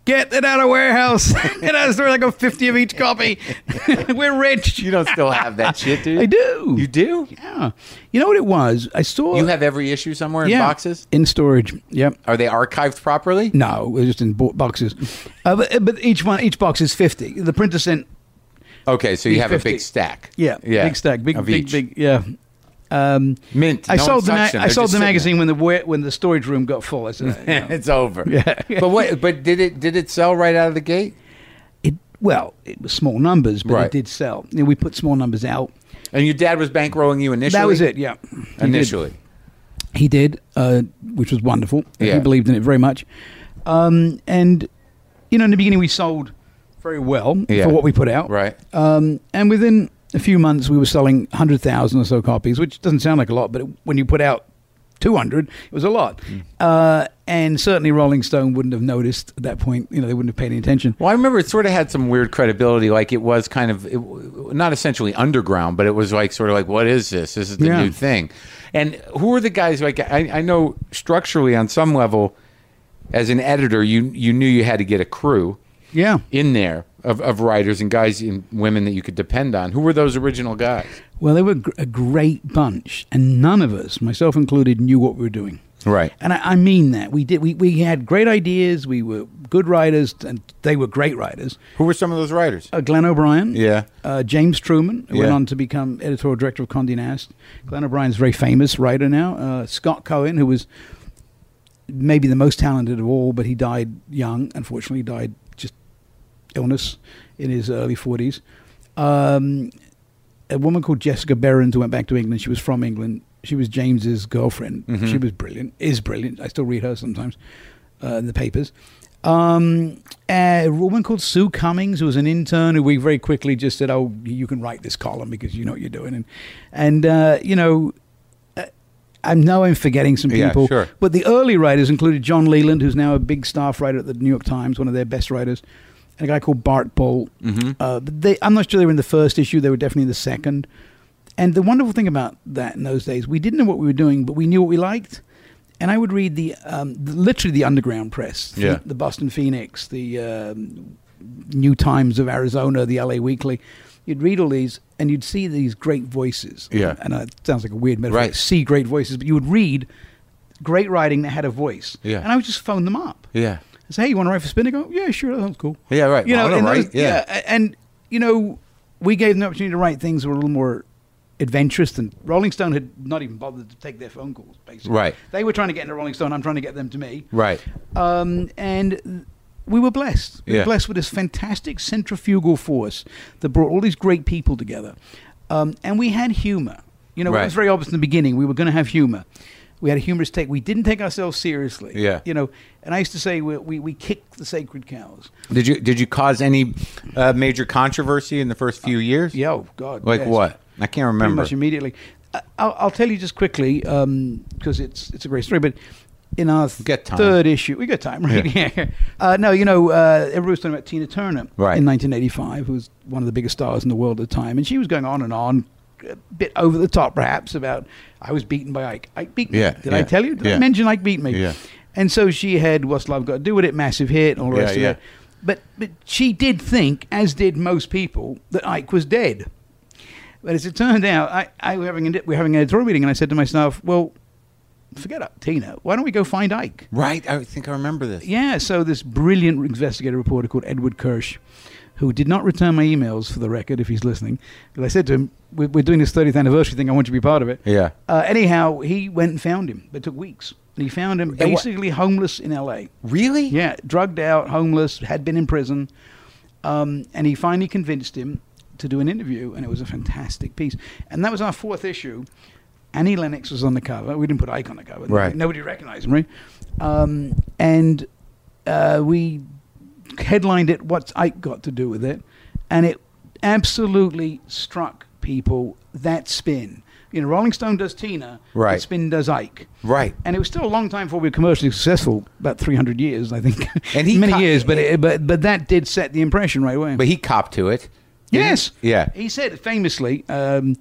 [SPEAKER 2] Get it out of warehouse. Get out of store. I got fifty of each copy. We're rich.
[SPEAKER 1] You don't still have that shit, dude?
[SPEAKER 2] I do.
[SPEAKER 1] You do?
[SPEAKER 2] Yeah. You know what it was? I saw
[SPEAKER 1] You have every issue somewhere
[SPEAKER 2] yeah,
[SPEAKER 1] in boxes?
[SPEAKER 2] in storage. Yep.
[SPEAKER 1] Are they archived properly?
[SPEAKER 2] No, we're just in bo- boxes. Uh, but, but each one, each box is fifty. The printer sent
[SPEAKER 1] Okay, so you have a
[SPEAKER 2] 50.
[SPEAKER 1] big stack.
[SPEAKER 2] yeah,
[SPEAKER 1] yeah,
[SPEAKER 2] big stack, big,
[SPEAKER 1] of
[SPEAKER 2] big,
[SPEAKER 1] each.
[SPEAKER 2] big, yeah. Um,
[SPEAKER 1] Mint.
[SPEAKER 2] I
[SPEAKER 1] No one
[SPEAKER 2] sold the ma-
[SPEAKER 1] touched them.
[SPEAKER 2] I
[SPEAKER 1] They're
[SPEAKER 2] sold
[SPEAKER 1] just
[SPEAKER 2] the
[SPEAKER 1] sitting
[SPEAKER 2] magazine when the wa- when the storage room got full. I said, you know.
[SPEAKER 1] there. it's over.
[SPEAKER 2] Yeah.
[SPEAKER 1] but what? But did it? Did it sell right out of the gate?
[SPEAKER 2] it well, it was small numbers, but
[SPEAKER 1] Right.
[SPEAKER 2] it did sell. You know, we put small numbers out.
[SPEAKER 1] And your dad was bankrolling you initially.
[SPEAKER 2] That was it. Yeah, He did.
[SPEAKER 1] Initially.
[SPEAKER 2] he did, uh, which was wonderful.
[SPEAKER 1] Yeah.
[SPEAKER 2] He believed in it very much, um, and you know, in the beginning, we sold very well
[SPEAKER 1] Yeah.
[SPEAKER 2] for what we put out.
[SPEAKER 1] Right.
[SPEAKER 2] Um, and within a few months, we were selling 100,000 or so copies, which doesn't sound like a lot, but it, when you put out 200, it was a lot.
[SPEAKER 1] Mm.
[SPEAKER 2] Uh, and certainly Rolling Stone wouldn't have noticed at that point. You know, they wouldn't have paid any attention.
[SPEAKER 1] Well, I remember it sort of had some weird credibility. Like it was kind of it, w- not essentially underground, but it was like sort of like, what is this? This is the
[SPEAKER 2] Yeah.
[SPEAKER 1] new thing. And who are the guys? Like I, I know structurally on some level, as an editor, you you knew you had to get a crew
[SPEAKER 2] Yeah.
[SPEAKER 1] in there of, of writers and guys and women that you could depend on. Who were those original guys?
[SPEAKER 2] Well, they were gr- a great bunch, and none of us, myself included, knew what we were doing.
[SPEAKER 1] Right.
[SPEAKER 2] And I, I mean that. We did. We, we had great ideas. We were good writers, and they were great writers.
[SPEAKER 1] Who were some of those writers?
[SPEAKER 2] Uh, Glenn O'Brien.
[SPEAKER 1] Yeah.
[SPEAKER 2] Uh, James Truman, who went
[SPEAKER 1] Yeah.
[SPEAKER 2] on to become editorial director of Condé Nast. Glenn O'Brien's a very famous writer now. Uh, Scott Cohen, who was maybe the most talented of all, but he died young. Unfortunately, he died just illness in his early 40s. Um, a woman called Jessica Berens who went back to England. She was from England. She was James's girlfriend.
[SPEAKER 1] Mm-hmm.
[SPEAKER 2] She was brilliant. Is brilliant. I still read her sometimes uh, in the papers. Um, a woman called Sue Cummings, who was an intern, who we very quickly just said, "Oh, you can write this column because you know what you're doing." And and uh, you know, uh, I know I'm forgetting some
[SPEAKER 1] Yeah,
[SPEAKER 2] people,
[SPEAKER 1] sure.
[SPEAKER 2] but the early writers included John Leland, who's now a big staff writer at the New York Times, one of their best writers, and a guy called Bart Bolt.
[SPEAKER 1] Mm-hmm.
[SPEAKER 2] Uh, but they, I'm not sure they were in the first issue; they were definitely in the second. And the wonderful thing about that in those days, we didn't know what we were doing, but we knew what we liked. And I would read the, um, the literally the underground press, the-
[SPEAKER 1] Yeah.
[SPEAKER 2] the, Boston Phoenix, the um, New Times of Arizona, the LA Weekly. You'd read all these, and you'd see these great voices.
[SPEAKER 1] Yeah.
[SPEAKER 2] and uh, it sounds like a weird metaphor.
[SPEAKER 1] Right.
[SPEAKER 2] See great voices, but you would read great writing that had a voice.
[SPEAKER 1] Yeah.
[SPEAKER 2] And I would just phone them up.
[SPEAKER 1] Yeah.
[SPEAKER 2] I say, hey, you want to write for Spinnaker? Yeah, sure, that sounds cool.
[SPEAKER 1] Yeah, right.
[SPEAKER 2] You
[SPEAKER 1] I
[SPEAKER 2] know,
[SPEAKER 1] wanna
[SPEAKER 2] and
[SPEAKER 1] write,
[SPEAKER 2] those-
[SPEAKER 1] yeah.
[SPEAKER 2] a- and you know, we gave them the opportunity to write things that were a little more adventurous than Rolling Stone had not even bothered to take their phone calls. Basically,
[SPEAKER 1] Right.
[SPEAKER 2] They were trying to get into Rolling Stone. I'm trying to get them to me.
[SPEAKER 1] Right.
[SPEAKER 2] Um, and we were blessed. We were
[SPEAKER 1] Yeah.
[SPEAKER 2] blessed with this fantastic centrifugal force that brought all these great people together. Um, and we had humor. You know,
[SPEAKER 1] Right.
[SPEAKER 2] it was very obvious in the beginning we were going to have humor. We had a humorous take. We didn't take ourselves seriously.
[SPEAKER 1] Yeah.
[SPEAKER 2] You know, and I used to say we, we, we kicked the sacred cows.
[SPEAKER 1] Did you did you cause any uh, major controversy in the first few years?
[SPEAKER 2] Yeah, oh, God.
[SPEAKER 1] Like
[SPEAKER 2] yes.
[SPEAKER 1] what? I can't remember.
[SPEAKER 2] Pretty much immediately. I- I'll, I'll tell you just quickly because it's it's a great story. But in our th-
[SPEAKER 1] Get time.
[SPEAKER 2] third issue, we got time, right? Yeah. Uh, no, you know, uh, everybody was talking about Tina Turner
[SPEAKER 1] Right.
[SPEAKER 2] in 1985, who was one of the biggest stars in the world at the time, and she was going on and on. A bit over the top, perhaps, about I was beaten by Ike. Ike beat me.
[SPEAKER 1] Yeah,
[SPEAKER 2] Did
[SPEAKER 1] yeah,
[SPEAKER 2] I tell you? Did
[SPEAKER 1] yeah.
[SPEAKER 2] I mention Ike beat me?
[SPEAKER 1] Yeah.
[SPEAKER 2] And so she had What's Love Got to Do with It, massive hit, and all the
[SPEAKER 1] Yeah,
[SPEAKER 2] rest of
[SPEAKER 1] yeah.
[SPEAKER 2] it. But but she did think, as did most people, that Ike was dead. But as it turned out, I, I were having an, we were having an editorial meeting, and I said to myself, "Well, forget it, Tina. Why don't we go find Ike?"
[SPEAKER 1] Right, I think I remember this.
[SPEAKER 2] Yeah. So this brilliant investigative reporter called Edward Kirsch, who did not return my emails for the record, if he's listening, because I said to him, we're, "We're doing this 30th anniversary thing. I want you to be part of it."
[SPEAKER 1] Yeah.
[SPEAKER 2] Uh, anyhow, he went and found him. It took weeks, and he found him
[SPEAKER 1] And what-
[SPEAKER 2] basically homeless in L.A.
[SPEAKER 1] Really?
[SPEAKER 2] Yeah, drugged out, homeless, had been in prison. Um, and he finally convinced him to do an interview, and it was a fantastic piece. And that was our fourth issue. Annie Lennox was on the cover. We didn't put Ike on the cover.
[SPEAKER 1] Right.
[SPEAKER 2] Nobody recognized him, right? Um, and uh, we headlined it, What's Ike Got to Do with It? And it absolutely struck people that spin. You know, Rolling Stone does Tina, but
[SPEAKER 1] Right.
[SPEAKER 2] Spin does Ike.
[SPEAKER 1] Right.
[SPEAKER 2] And it was still a long time before we were commercially successful, about 300 years, I think.
[SPEAKER 1] And he
[SPEAKER 2] Many
[SPEAKER 1] co-
[SPEAKER 2] years, but, it, but but that did set the impression right away.
[SPEAKER 1] But he copped to it. didn't
[SPEAKER 2] yes.
[SPEAKER 1] he? Yeah.
[SPEAKER 2] He said famously, um,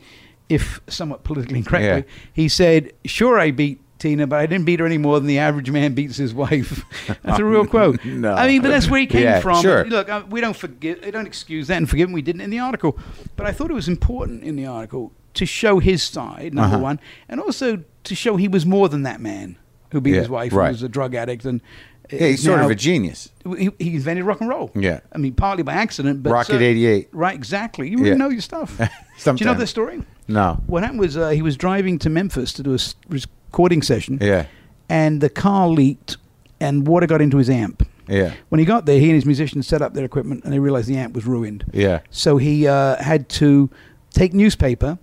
[SPEAKER 2] if somewhat politically incorrectly, he said, Sure, I beat Tina, but I didn't beat her any more than the average man beats his wife. That's a real quote.
[SPEAKER 1] No.
[SPEAKER 2] I mean, but that's where he came
[SPEAKER 1] Yeah,
[SPEAKER 2] from.
[SPEAKER 1] sure.
[SPEAKER 2] Look, I, we don't forgive, I don't excuse that and forgive him. We didn't in the article. But I thought it was important in the article to show his side, number
[SPEAKER 1] Uh-huh.
[SPEAKER 2] one, and also to show he was more than that man who beat
[SPEAKER 1] Yeah,
[SPEAKER 2] his wife,
[SPEAKER 1] right.
[SPEAKER 2] who was a drug addict. and uh,
[SPEAKER 1] Yeah, he's sort of
[SPEAKER 2] now-
[SPEAKER 1] a genius.
[SPEAKER 2] he, he invented rock and roll.
[SPEAKER 1] Yeah.
[SPEAKER 2] I mean, partly by accident, but
[SPEAKER 1] Rocket
[SPEAKER 2] cer-
[SPEAKER 1] 88.
[SPEAKER 2] Right, exactly. You really
[SPEAKER 1] Yeah.
[SPEAKER 2] know your stuff. Do you know
[SPEAKER 1] Sometimes.
[SPEAKER 2] the story?
[SPEAKER 1] No.
[SPEAKER 2] What happened was uh, he was driving to Memphis to do a s- recording session.
[SPEAKER 1] Yeah.
[SPEAKER 2] And the car leaked, and water got into his amp.
[SPEAKER 1] Yeah.
[SPEAKER 2] When he got there, he and his musicians set up their equipment, and they realized the amp was ruined.
[SPEAKER 1] Yeah.
[SPEAKER 2] So he uh, had to take newspaper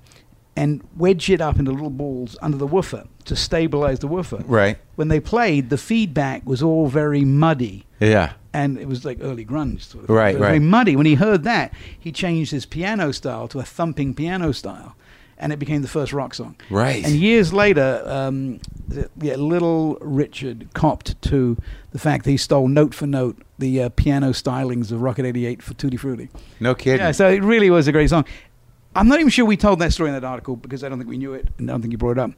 [SPEAKER 2] and wedge it up into little balls under the woofer to stabilize the woofer.
[SPEAKER 1] Right.
[SPEAKER 2] When they played, the feedback was all very muddy
[SPEAKER 1] Yeah.
[SPEAKER 2] and it was like early grunge sort of thing.
[SPEAKER 1] Right,
[SPEAKER 2] It was Very
[SPEAKER 1] right.
[SPEAKER 2] muddy. When he heard that, he changed his piano style to a thumping piano style, and it became the first rock song.
[SPEAKER 1] Right.
[SPEAKER 2] And years later, um, th- yeah, Little Richard copped to the fact that he stole note for note the uh, piano stylings of Rocket '88 for Tutti Frutti.
[SPEAKER 1] No kidding.
[SPEAKER 2] Yeah, so it really was a great song. I'm not even sure we told that story in that article because I don't think we knew it and I don't think you brought it up.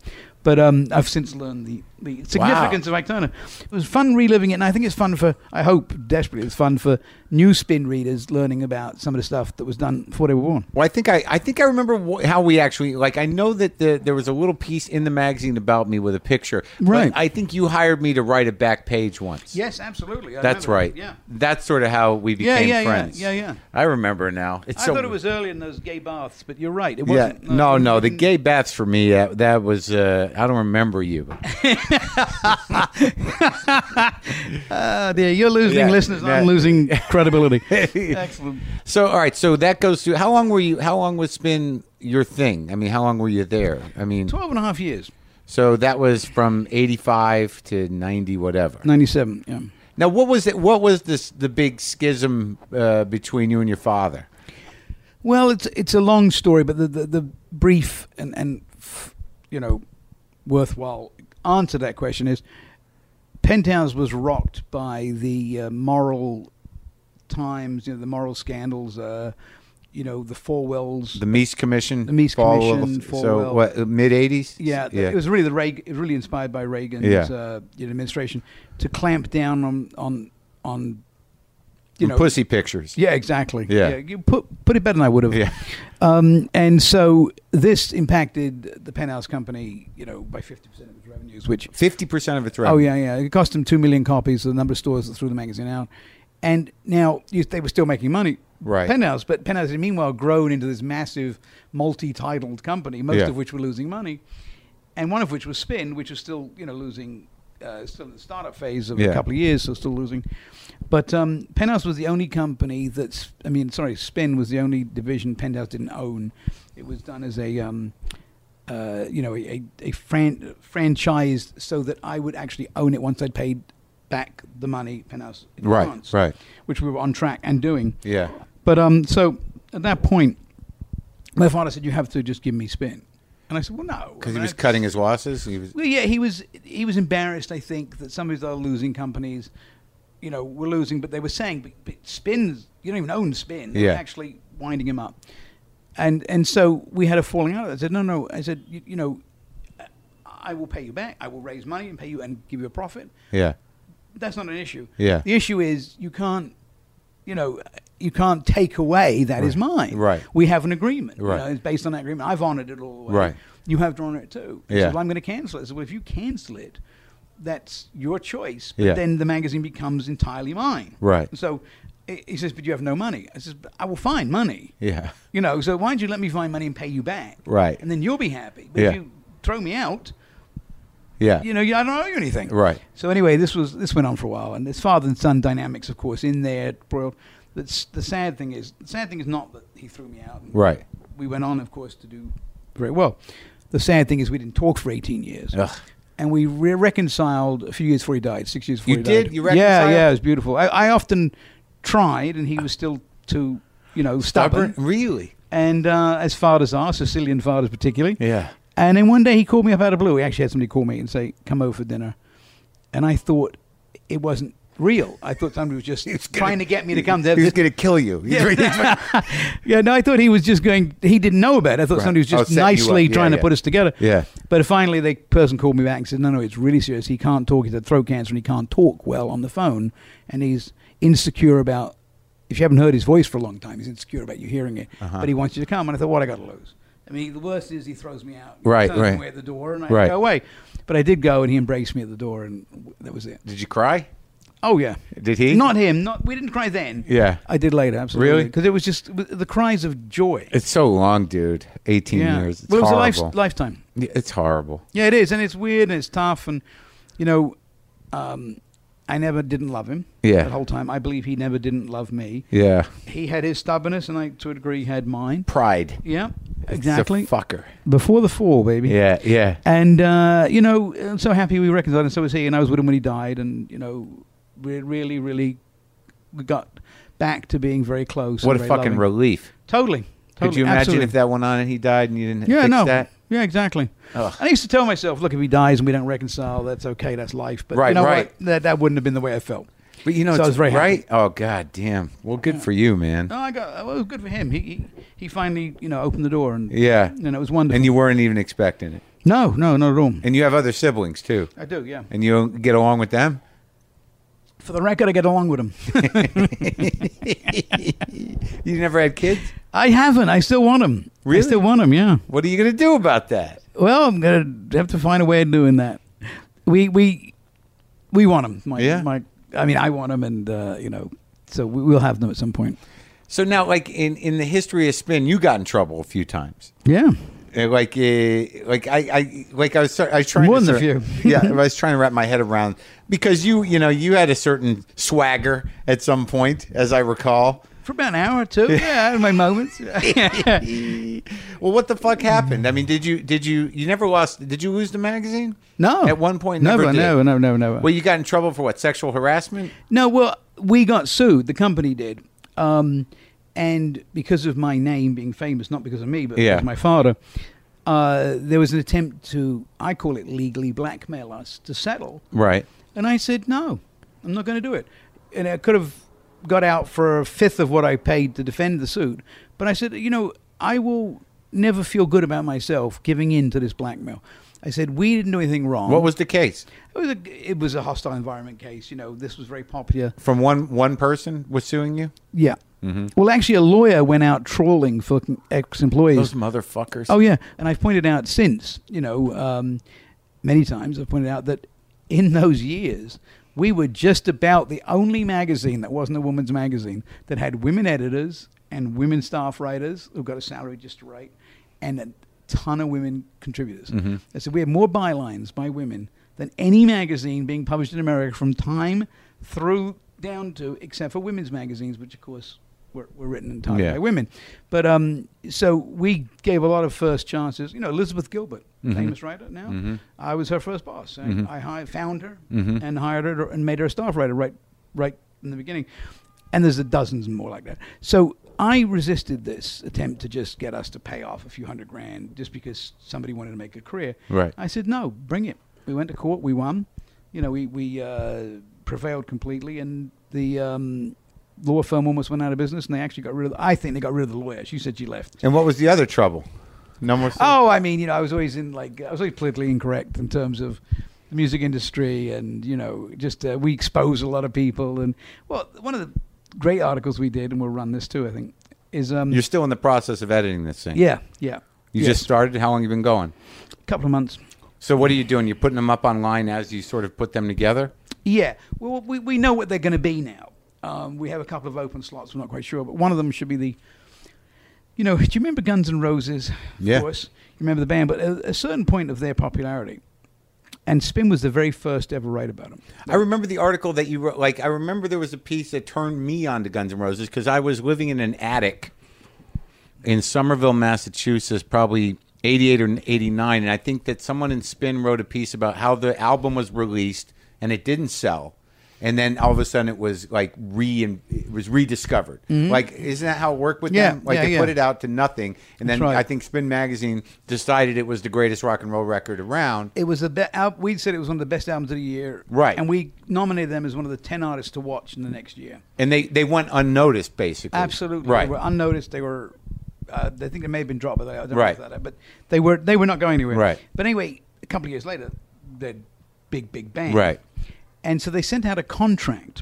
[SPEAKER 2] But um, I've since learned the, the significance of Ike Turner. It was fun reliving it, and I think it's fun for, I hope desperately, it's fun for new spin readers learning about some of the stuff that was done before they were born.
[SPEAKER 1] Well, I think I, I think I remember wh- how we actually like. I know that the, there was a little piece in the magazine about me with a picture. but
[SPEAKER 2] Right.
[SPEAKER 1] I think you hired me to write a back page once.
[SPEAKER 2] Yes, absolutely.
[SPEAKER 1] That's right. That's sort of how we
[SPEAKER 2] Yeah,
[SPEAKER 1] became
[SPEAKER 2] yeah, yeah,
[SPEAKER 1] friends.
[SPEAKER 2] yeah, yeah.
[SPEAKER 1] I remember now. It's
[SPEAKER 2] I
[SPEAKER 1] so
[SPEAKER 2] thought it was early in those gay baths, but you're right. It
[SPEAKER 1] Yeah.
[SPEAKER 2] wasn't. uh,
[SPEAKER 1] No, no. The
[SPEAKER 2] gay.
[SPEAKER 1] gay baths for me. That, that was. Uh, I don't remember you.
[SPEAKER 2] Ah, dear, you're losing
[SPEAKER 1] Yeah,
[SPEAKER 2] listeners.
[SPEAKER 1] that-
[SPEAKER 2] I'm losing credibility. Excellent.
[SPEAKER 1] So all right. So that goes through. How long were you? How long was Spin your thing? I mean, how long were you there? I mean,
[SPEAKER 2] 12 and a half years.
[SPEAKER 1] so that was from eighty five to ninety whatever.
[SPEAKER 2] 97, yeah.
[SPEAKER 1] Now, what was it? What was this? The big schism uh, between you and your father?
[SPEAKER 2] Well, it's it's a long story, but the the, the brief and and f- you know worthwhile answer to that question is Penthouse was rocked by the uh, moral times, you know, the moral scandals, uh, you know, the four wells.
[SPEAKER 1] The Meese Commission.
[SPEAKER 2] The Meese
[SPEAKER 1] fall
[SPEAKER 2] Commission,
[SPEAKER 1] Of,
[SPEAKER 2] fall
[SPEAKER 1] so
[SPEAKER 2] well.
[SPEAKER 1] what? Mid eighties.
[SPEAKER 2] yeah, th-
[SPEAKER 1] Yeah.
[SPEAKER 2] it was really the Reagan, it was really inspired by Reagan's
[SPEAKER 1] Yeah.
[SPEAKER 2] uh, you know, administration to clamp down on on on you
[SPEAKER 1] And
[SPEAKER 2] know
[SPEAKER 1] pussy pictures.
[SPEAKER 2] Yeah, exactly.
[SPEAKER 1] Yeah.
[SPEAKER 2] you put put it better than I would have.
[SPEAKER 1] Yeah.
[SPEAKER 2] Um, and so this impacted the penthouse company, you know, by fifty percent of its revenues, which
[SPEAKER 1] Fifty percent of its revenue.
[SPEAKER 2] oh yeah, yeah, it cost them two million copies. The number of stores that threw the magazine out, and now you, they were still making money.
[SPEAKER 1] Right.
[SPEAKER 2] Penthouse, but Penthouse had meanwhile grown into this massive multi-titled company, most
[SPEAKER 1] Yeah.
[SPEAKER 2] of which were losing money, and one of which was Spin, which was still you know losing, uh, still in the startup phase of
[SPEAKER 1] Yeah.
[SPEAKER 2] a couple of years, so still losing. But um, Penthouse was the only company that's I mean sorry, Spin was the only division Penthouse didn't own. It was done as a um, uh, you know a, a, a fran- franchised so that I would actually own it once I'd paid back the money Penthouse in
[SPEAKER 1] Right,
[SPEAKER 2] advance,
[SPEAKER 1] right.
[SPEAKER 2] which we were on track and doing.
[SPEAKER 1] Yeah.
[SPEAKER 2] But um, so at that point, my father said, "You have to just give me spin," and I said, "Well, no,"
[SPEAKER 1] Because
[SPEAKER 2] I
[SPEAKER 1] he
[SPEAKER 2] mean,
[SPEAKER 1] was
[SPEAKER 2] I-
[SPEAKER 1] cutting his losses. He was.
[SPEAKER 2] Well, yeah, he was. He was embarrassed. I think that some of these other losing companies, you know, were losing, but they were saying, "But, but spins, you don't even own spin." They were
[SPEAKER 1] Yeah.
[SPEAKER 2] actually winding him up, and and so we had a falling out. I said, "No, no," I said, "You, you know." I will pay you back. I will raise money and pay you and give you a profit
[SPEAKER 1] Yeah.
[SPEAKER 2] that's not an issue.
[SPEAKER 1] Yeah.
[SPEAKER 2] The issue is you can't, you know, you can't take away that is mine.
[SPEAKER 1] Right.
[SPEAKER 2] We have an agreement. you
[SPEAKER 1] Right.
[SPEAKER 2] know, it's based on that agreement. I've honored it all the way.
[SPEAKER 1] Right.
[SPEAKER 2] You have to honor it too. He
[SPEAKER 1] Yeah.
[SPEAKER 2] said, well, I'm going to cancel it. I said, well, if you cancel it, that's your choice. But
[SPEAKER 1] Yeah.
[SPEAKER 2] then the magazine becomes entirely mine.
[SPEAKER 1] Right.
[SPEAKER 2] So he he says, but you have no money. I says, but I will find money.
[SPEAKER 1] Yeah.
[SPEAKER 2] You know, so why don't you let me find money and pay you back?
[SPEAKER 1] Right.
[SPEAKER 2] And then you'll be happy. But
[SPEAKER 1] Yeah.
[SPEAKER 2] if you throw me out,
[SPEAKER 1] Yeah.
[SPEAKER 2] you know, I don't owe you anything.
[SPEAKER 1] Right.
[SPEAKER 2] So anyway, this was this went on for a while, and there's father and son dynamics, of course, in there broiled. That's the sad thing is the sad thing is not that he threw me out. and
[SPEAKER 1] Right.
[SPEAKER 2] We went on, of course, to do very well. The sad thing is we didn't talk for 18 years.
[SPEAKER 1] Ugh.
[SPEAKER 2] And we re- reconciled a few years before he died, six years before
[SPEAKER 1] You
[SPEAKER 2] he
[SPEAKER 1] did?
[SPEAKER 2] died.
[SPEAKER 1] You
[SPEAKER 2] Yeah,
[SPEAKER 1] reconciled?
[SPEAKER 2] yeah, it was beautiful. I, I often tried, and he was still too, you know, stubborn.
[SPEAKER 1] Really?
[SPEAKER 2] And uh, as fathers are, Sicilian fathers particularly.
[SPEAKER 1] Yeah.
[SPEAKER 2] And then one day he called me up out of the blue. He actually had somebody call me and say, "Come over for dinner," and I thought it wasn't real. I thought somebody was just trying to get me to come.
[SPEAKER 1] He
[SPEAKER 2] there.
[SPEAKER 1] was going to kill you.
[SPEAKER 2] yeah. yeah, no, I thought he was just going. He didn't know about it. I thought
[SPEAKER 1] Right.
[SPEAKER 2] somebody was
[SPEAKER 1] Oh,
[SPEAKER 2] just
[SPEAKER 1] setting you
[SPEAKER 2] nicely
[SPEAKER 1] up. Yeah,
[SPEAKER 2] trying
[SPEAKER 1] yeah.
[SPEAKER 2] to put us together.
[SPEAKER 1] Yeah.
[SPEAKER 2] But finally, the person called me back and said, "No, no, it's really serious. He can't talk. He's had throat cancer and he can't talk well on the phone, and he's insecure about. If you haven't heard his voice for a long time, he's insecure about you hearing it.
[SPEAKER 1] Uh-huh.
[SPEAKER 2] But he wants you to come." And I thought, "What I got to lose?" I mean, the worst is he throws me out.
[SPEAKER 1] Right,
[SPEAKER 2] turns me
[SPEAKER 1] right.
[SPEAKER 2] away at the door, and I
[SPEAKER 1] Right.
[SPEAKER 2] go away. But I did go, and he embraced me at the door, and w- that was it.
[SPEAKER 1] Did you cry?
[SPEAKER 2] Oh yeah.
[SPEAKER 1] Did he?
[SPEAKER 2] Not him. Not we didn't cry then.
[SPEAKER 1] Yeah.
[SPEAKER 2] I did later. Absolutely.
[SPEAKER 1] Really?
[SPEAKER 2] Because it was just it was the cries of joy.
[SPEAKER 1] It's so long, dude. Eighteen years. It's
[SPEAKER 2] well, it was a
[SPEAKER 1] horrible.
[SPEAKER 2] life, lifetime.
[SPEAKER 1] Yeah, it's horrible.
[SPEAKER 2] Yeah, it is, and it's weird and it's tough, and you know, um, I never didn't love him.
[SPEAKER 1] Yeah.
[SPEAKER 2] The whole time, I believe he never didn't love me.
[SPEAKER 1] Yeah.
[SPEAKER 2] He had his stubbornness, and I, to a degree, had mine.
[SPEAKER 1] Pride.
[SPEAKER 2] Yeah.
[SPEAKER 1] It's a
[SPEAKER 2] Exactly.
[SPEAKER 1] fucker.
[SPEAKER 2] Before the fall, baby.
[SPEAKER 1] Yeah. Yeah.
[SPEAKER 2] And uh, you know, I'm so happy we reconciled, and so was he. And I was with him when he died, and you know, we're really, really we got back to being very close.
[SPEAKER 1] What a
[SPEAKER 2] and very
[SPEAKER 1] fucking
[SPEAKER 2] loving.
[SPEAKER 1] relief.
[SPEAKER 2] Totally. totally.
[SPEAKER 1] Could you imagine
[SPEAKER 2] absolutely.
[SPEAKER 1] if that went on and he died and you didn't
[SPEAKER 2] Yeah,
[SPEAKER 1] fix
[SPEAKER 2] no.
[SPEAKER 1] that?
[SPEAKER 2] Yeah, exactly.
[SPEAKER 1] Ugh.
[SPEAKER 2] I used to tell myself, look, if he dies and we don't reconcile, that's okay, that's life. But
[SPEAKER 1] Right,
[SPEAKER 2] you know
[SPEAKER 1] right.
[SPEAKER 2] what? That, that wouldn't have been the way I felt.
[SPEAKER 1] But you know,
[SPEAKER 2] So I
[SPEAKER 1] it's
[SPEAKER 2] was very happy.
[SPEAKER 1] right. Oh god damn. Well, good for you, man.
[SPEAKER 2] No, I got. Well, it was good for him. He, he he finally, you know, opened the door and
[SPEAKER 1] Yeah.
[SPEAKER 2] and it was wonderful.
[SPEAKER 1] And you weren't even expecting it.
[SPEAKER 2] no, no, not at all.
[SPEAKER 1] And you have other siblings too.
[SPEAKER 2] I do, yeah.
[SPEAKER 1] And you get along with them.
[SPEAKER 2] For the record, I get along with him.
[SPEAKER 1] You never had kids.
[SPEAKER 2] I haven't. I still want him.
[SPEAKER 1] Really?
[SPEAKER 2] I still want him. Yeah.
[SPEAKER 1] What are you gonna do about that?
[SPEAKER 2] Well, I'm gonna have to find a way of doing that. We we we want him. My,
[SPEAKER 1] Yeah.
[SPEAKER 2] My, I mean, I want him, and uh, you know, so we, we'll have them at some point.
[SPEAKER 1] So now, like in in the history of spin, you got in trouble a few times.
[SPEAKER 2] Yeah.
[SPEAKER 1] Uh, Like, uh, like I, I, like I was, I was trying
[SPEAKER 2] More
[SPEAKER 1] to
[SPEAKER 2] than a
[SPEAKER 1] sort-
[SPEAKER 2] few.
[SPEAKER 1] yeah, I was trying to wrap my head around because you, you know, you had a certain swagger at some point, as I recall.
[SPEAKER 2] For about an hour or two. Yeah, I had my moments.
[SPEAKER 1] Well, what the fuck happened? I mean, did you did you you never lost? Did you lose the magazine?
[SPEAKER 2] No.
[SPEAKER 1] At one point,
[SPEAKER 2] never,
[SPEAKER 1] never, did.
[SPEAKER 2] never, never, never, never.
[SPEAKER 1] Well, you got in trouble for what? Sexual harassment?
[SPEAKER 2] No, well, we got sued. The company did, um, and because of my name being famous, not because of me, but
[SPEAKER 1] Yeah.
[SPEAKER 2] because of my father, uh, there was an attempt to, I call it legally blackmail us to settle,
[SPEAKER 1] Right.
[SPEAKER 2] and I said no, I'm not going to do it, and I could have got out for a fifth of what I paid to defend the suit, but I said, you know, I will never feel good about myself giving in to this blackmail. I said we didn't do anything wrong.
[SPEAKER 1] What was the case?
[SPEAKER 2] it was a, it was a hostile environment case. You know, this was very popular.
[SPEAKER 1] From one one person was suing you?
[SPEAKER 2] Yeah. Well, actually, a lawyer went out trawling for ex employees.
[SPEAKER 1] Those motherfuckers.
[SPEAKER 2] Oh, yeah. And I've pointed out since, you know, um, many times, I've pointed out that in those years, we were just about the only magazine that wasn't a woman's magazine that had women editors and women staff writers who got a salary just right and a ton of women contributors. I said we had more bylines by women than any magazine being published in America from time through down to, except for women's magazines, which of course were, were written entirely
[SPEAKER 1] Yeah.
[SPEAKER 2] by women. But um, so we gave a lot of first chances. You know, Elizabeth Gilbert, famous writer now. I was her first boss. I, I hired, found her and hired her and made her a staff writer right, right in the beginning. And there's a dozens more like that. So I resisted this attempt to just get us to pay off a few hundred grand just because somebody wanted to make a career.
[SPEAKER 1] Right.
[SPEAKER 2] I said, no, bring it. We went to court. We won. You know, we, we uh, prevailed completely, and the um, law firm almost went out of business, and they actually got rid of. I think they got rid of the lawyer. She said she left.
[SPEAKER 1] And what was the other trouble? No more.
[SPEAKER 2] Oh, I mean, you know, I was always in like I was always politically incorrect in terms of the music industry, and you know, just uh, we expose a lot of people, and well, one of the great articles we did, and we'll run this too, I think, is um,
[SPEAKER 1] You're still in the process of editing this thing.
[SPEAKER 2] yeah, yeah,
[SPEAKER 1] You
[SPEAKER 2] Yes.
[SPEAKER 1] just started. How long you been going?
[SPEAKER 2] couple of months.
[SPEAKER 1] So what are you doing? You're putting them up online as you sort of put them together.
[SPEAKER 2] Yeah. Well, we, we know what they're going to be now. Um, we have a couple of open slots. We're not quite sure, but one of them should be the. You know, do you remember Guns N' Roses? Of
[SPEAKER 1] Yeah.
[SPEAKER 2] course. You remember the band, but at a certain point of their popularity, and Spin was the very first to ever write about them.
[SPEAKER 1] I remember the article that you wrote. Like I remember there was a piece that turned me on to Guns N' Roses because I was living in an attic in Somerville, Massachusetts, probably 88 or 89. And I think that someone in Spin wrote a piece about how the album was released and it didn't sell. And then all of a sudden it was like re it was rediscovered. Like, isn't that how it worked with
[SPEAKER 2] Mm-hmm. Yeah,
[SPEAKER 1] them? Like
[SPEAKER 2] yeah,
[SPEAKER 1] they
[SPEAKER 2] yeah.
[SPEAKER 1] put it out to nothing. And then
[SPEAKER 2] That's right.
[SPEAKER 1] I think Spin Magazine decided it was the greatest rock and roll record around.
[SPEAKER 2] It was the best. Al- we said it was one of the best albums of the year.
[SPEAKER 1] Right.
[SPEAKER 2] And we nominated them as one of the ten artists to watch in the next year.
[SPEAKER 1] And they, they went unnoticed basically.
[SPEAKER 2] Absolutely.
[SPEAKER 1] Right.
[SPEAKER 2] They were unnoticed. They were. Uh, I think they may have been dropped, but they, I don't
[SPEAKER 1] Right.
[SPEAKER 2] know about that. But they were. They were not going anywhere.
[SPEAKER 1] Right.
[SPEAKER 2] But anyway, a couple of years later, they're big, big band.
[SPEAKER 1] Right.
[SPEAKER 2] And so they sent out a contract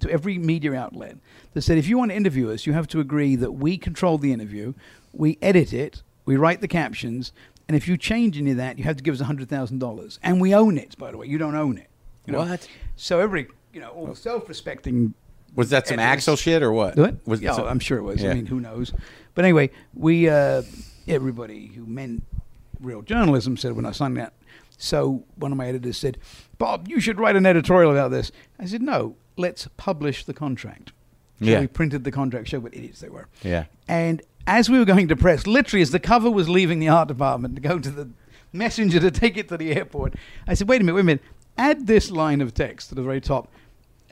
[SPEAKER 2] to every media outlet that said, if you want to interview us, you have to agree that we control the interview, we edit it, we write the captions, and if you change any of that, you have to give us hundred thousand dollars, and we own it. By the way, you don't own it. You know?
[SPEAKER 1] What? Oh.
[SPEAKER 2] So every, you know, all self-respecting
[SPEAKER 1] was that some
[SPEAKER 2] And it was-
[SPEAKER 1] Axel shit or what?
[SPEAKER 2] what?
[SPEAKER 1] Was
[SPEAKER 2] yeah, I'm sure it was.
[SPEAKER 1] Yeah.
[SPEAKER 2] I mean, who knows? But anyway, we uh, everybody who meant real journalism said we're not signing that. So one of my editors said, "Bob, you should write an editorial about this." I said, "No, let's publish the contract." So
[SPEAKER 1] Yeah.
[SPEAKER 2] we printed the contract, showed what idiots they were.
[SPEAKER 1] Yeah.
[SPEAKER 2] And as we were going to press, literally as the cover was leaving the art department to go to the messenger to take it to the airport, I said, wait a minute, wait a minute. Add this line of text to the very top.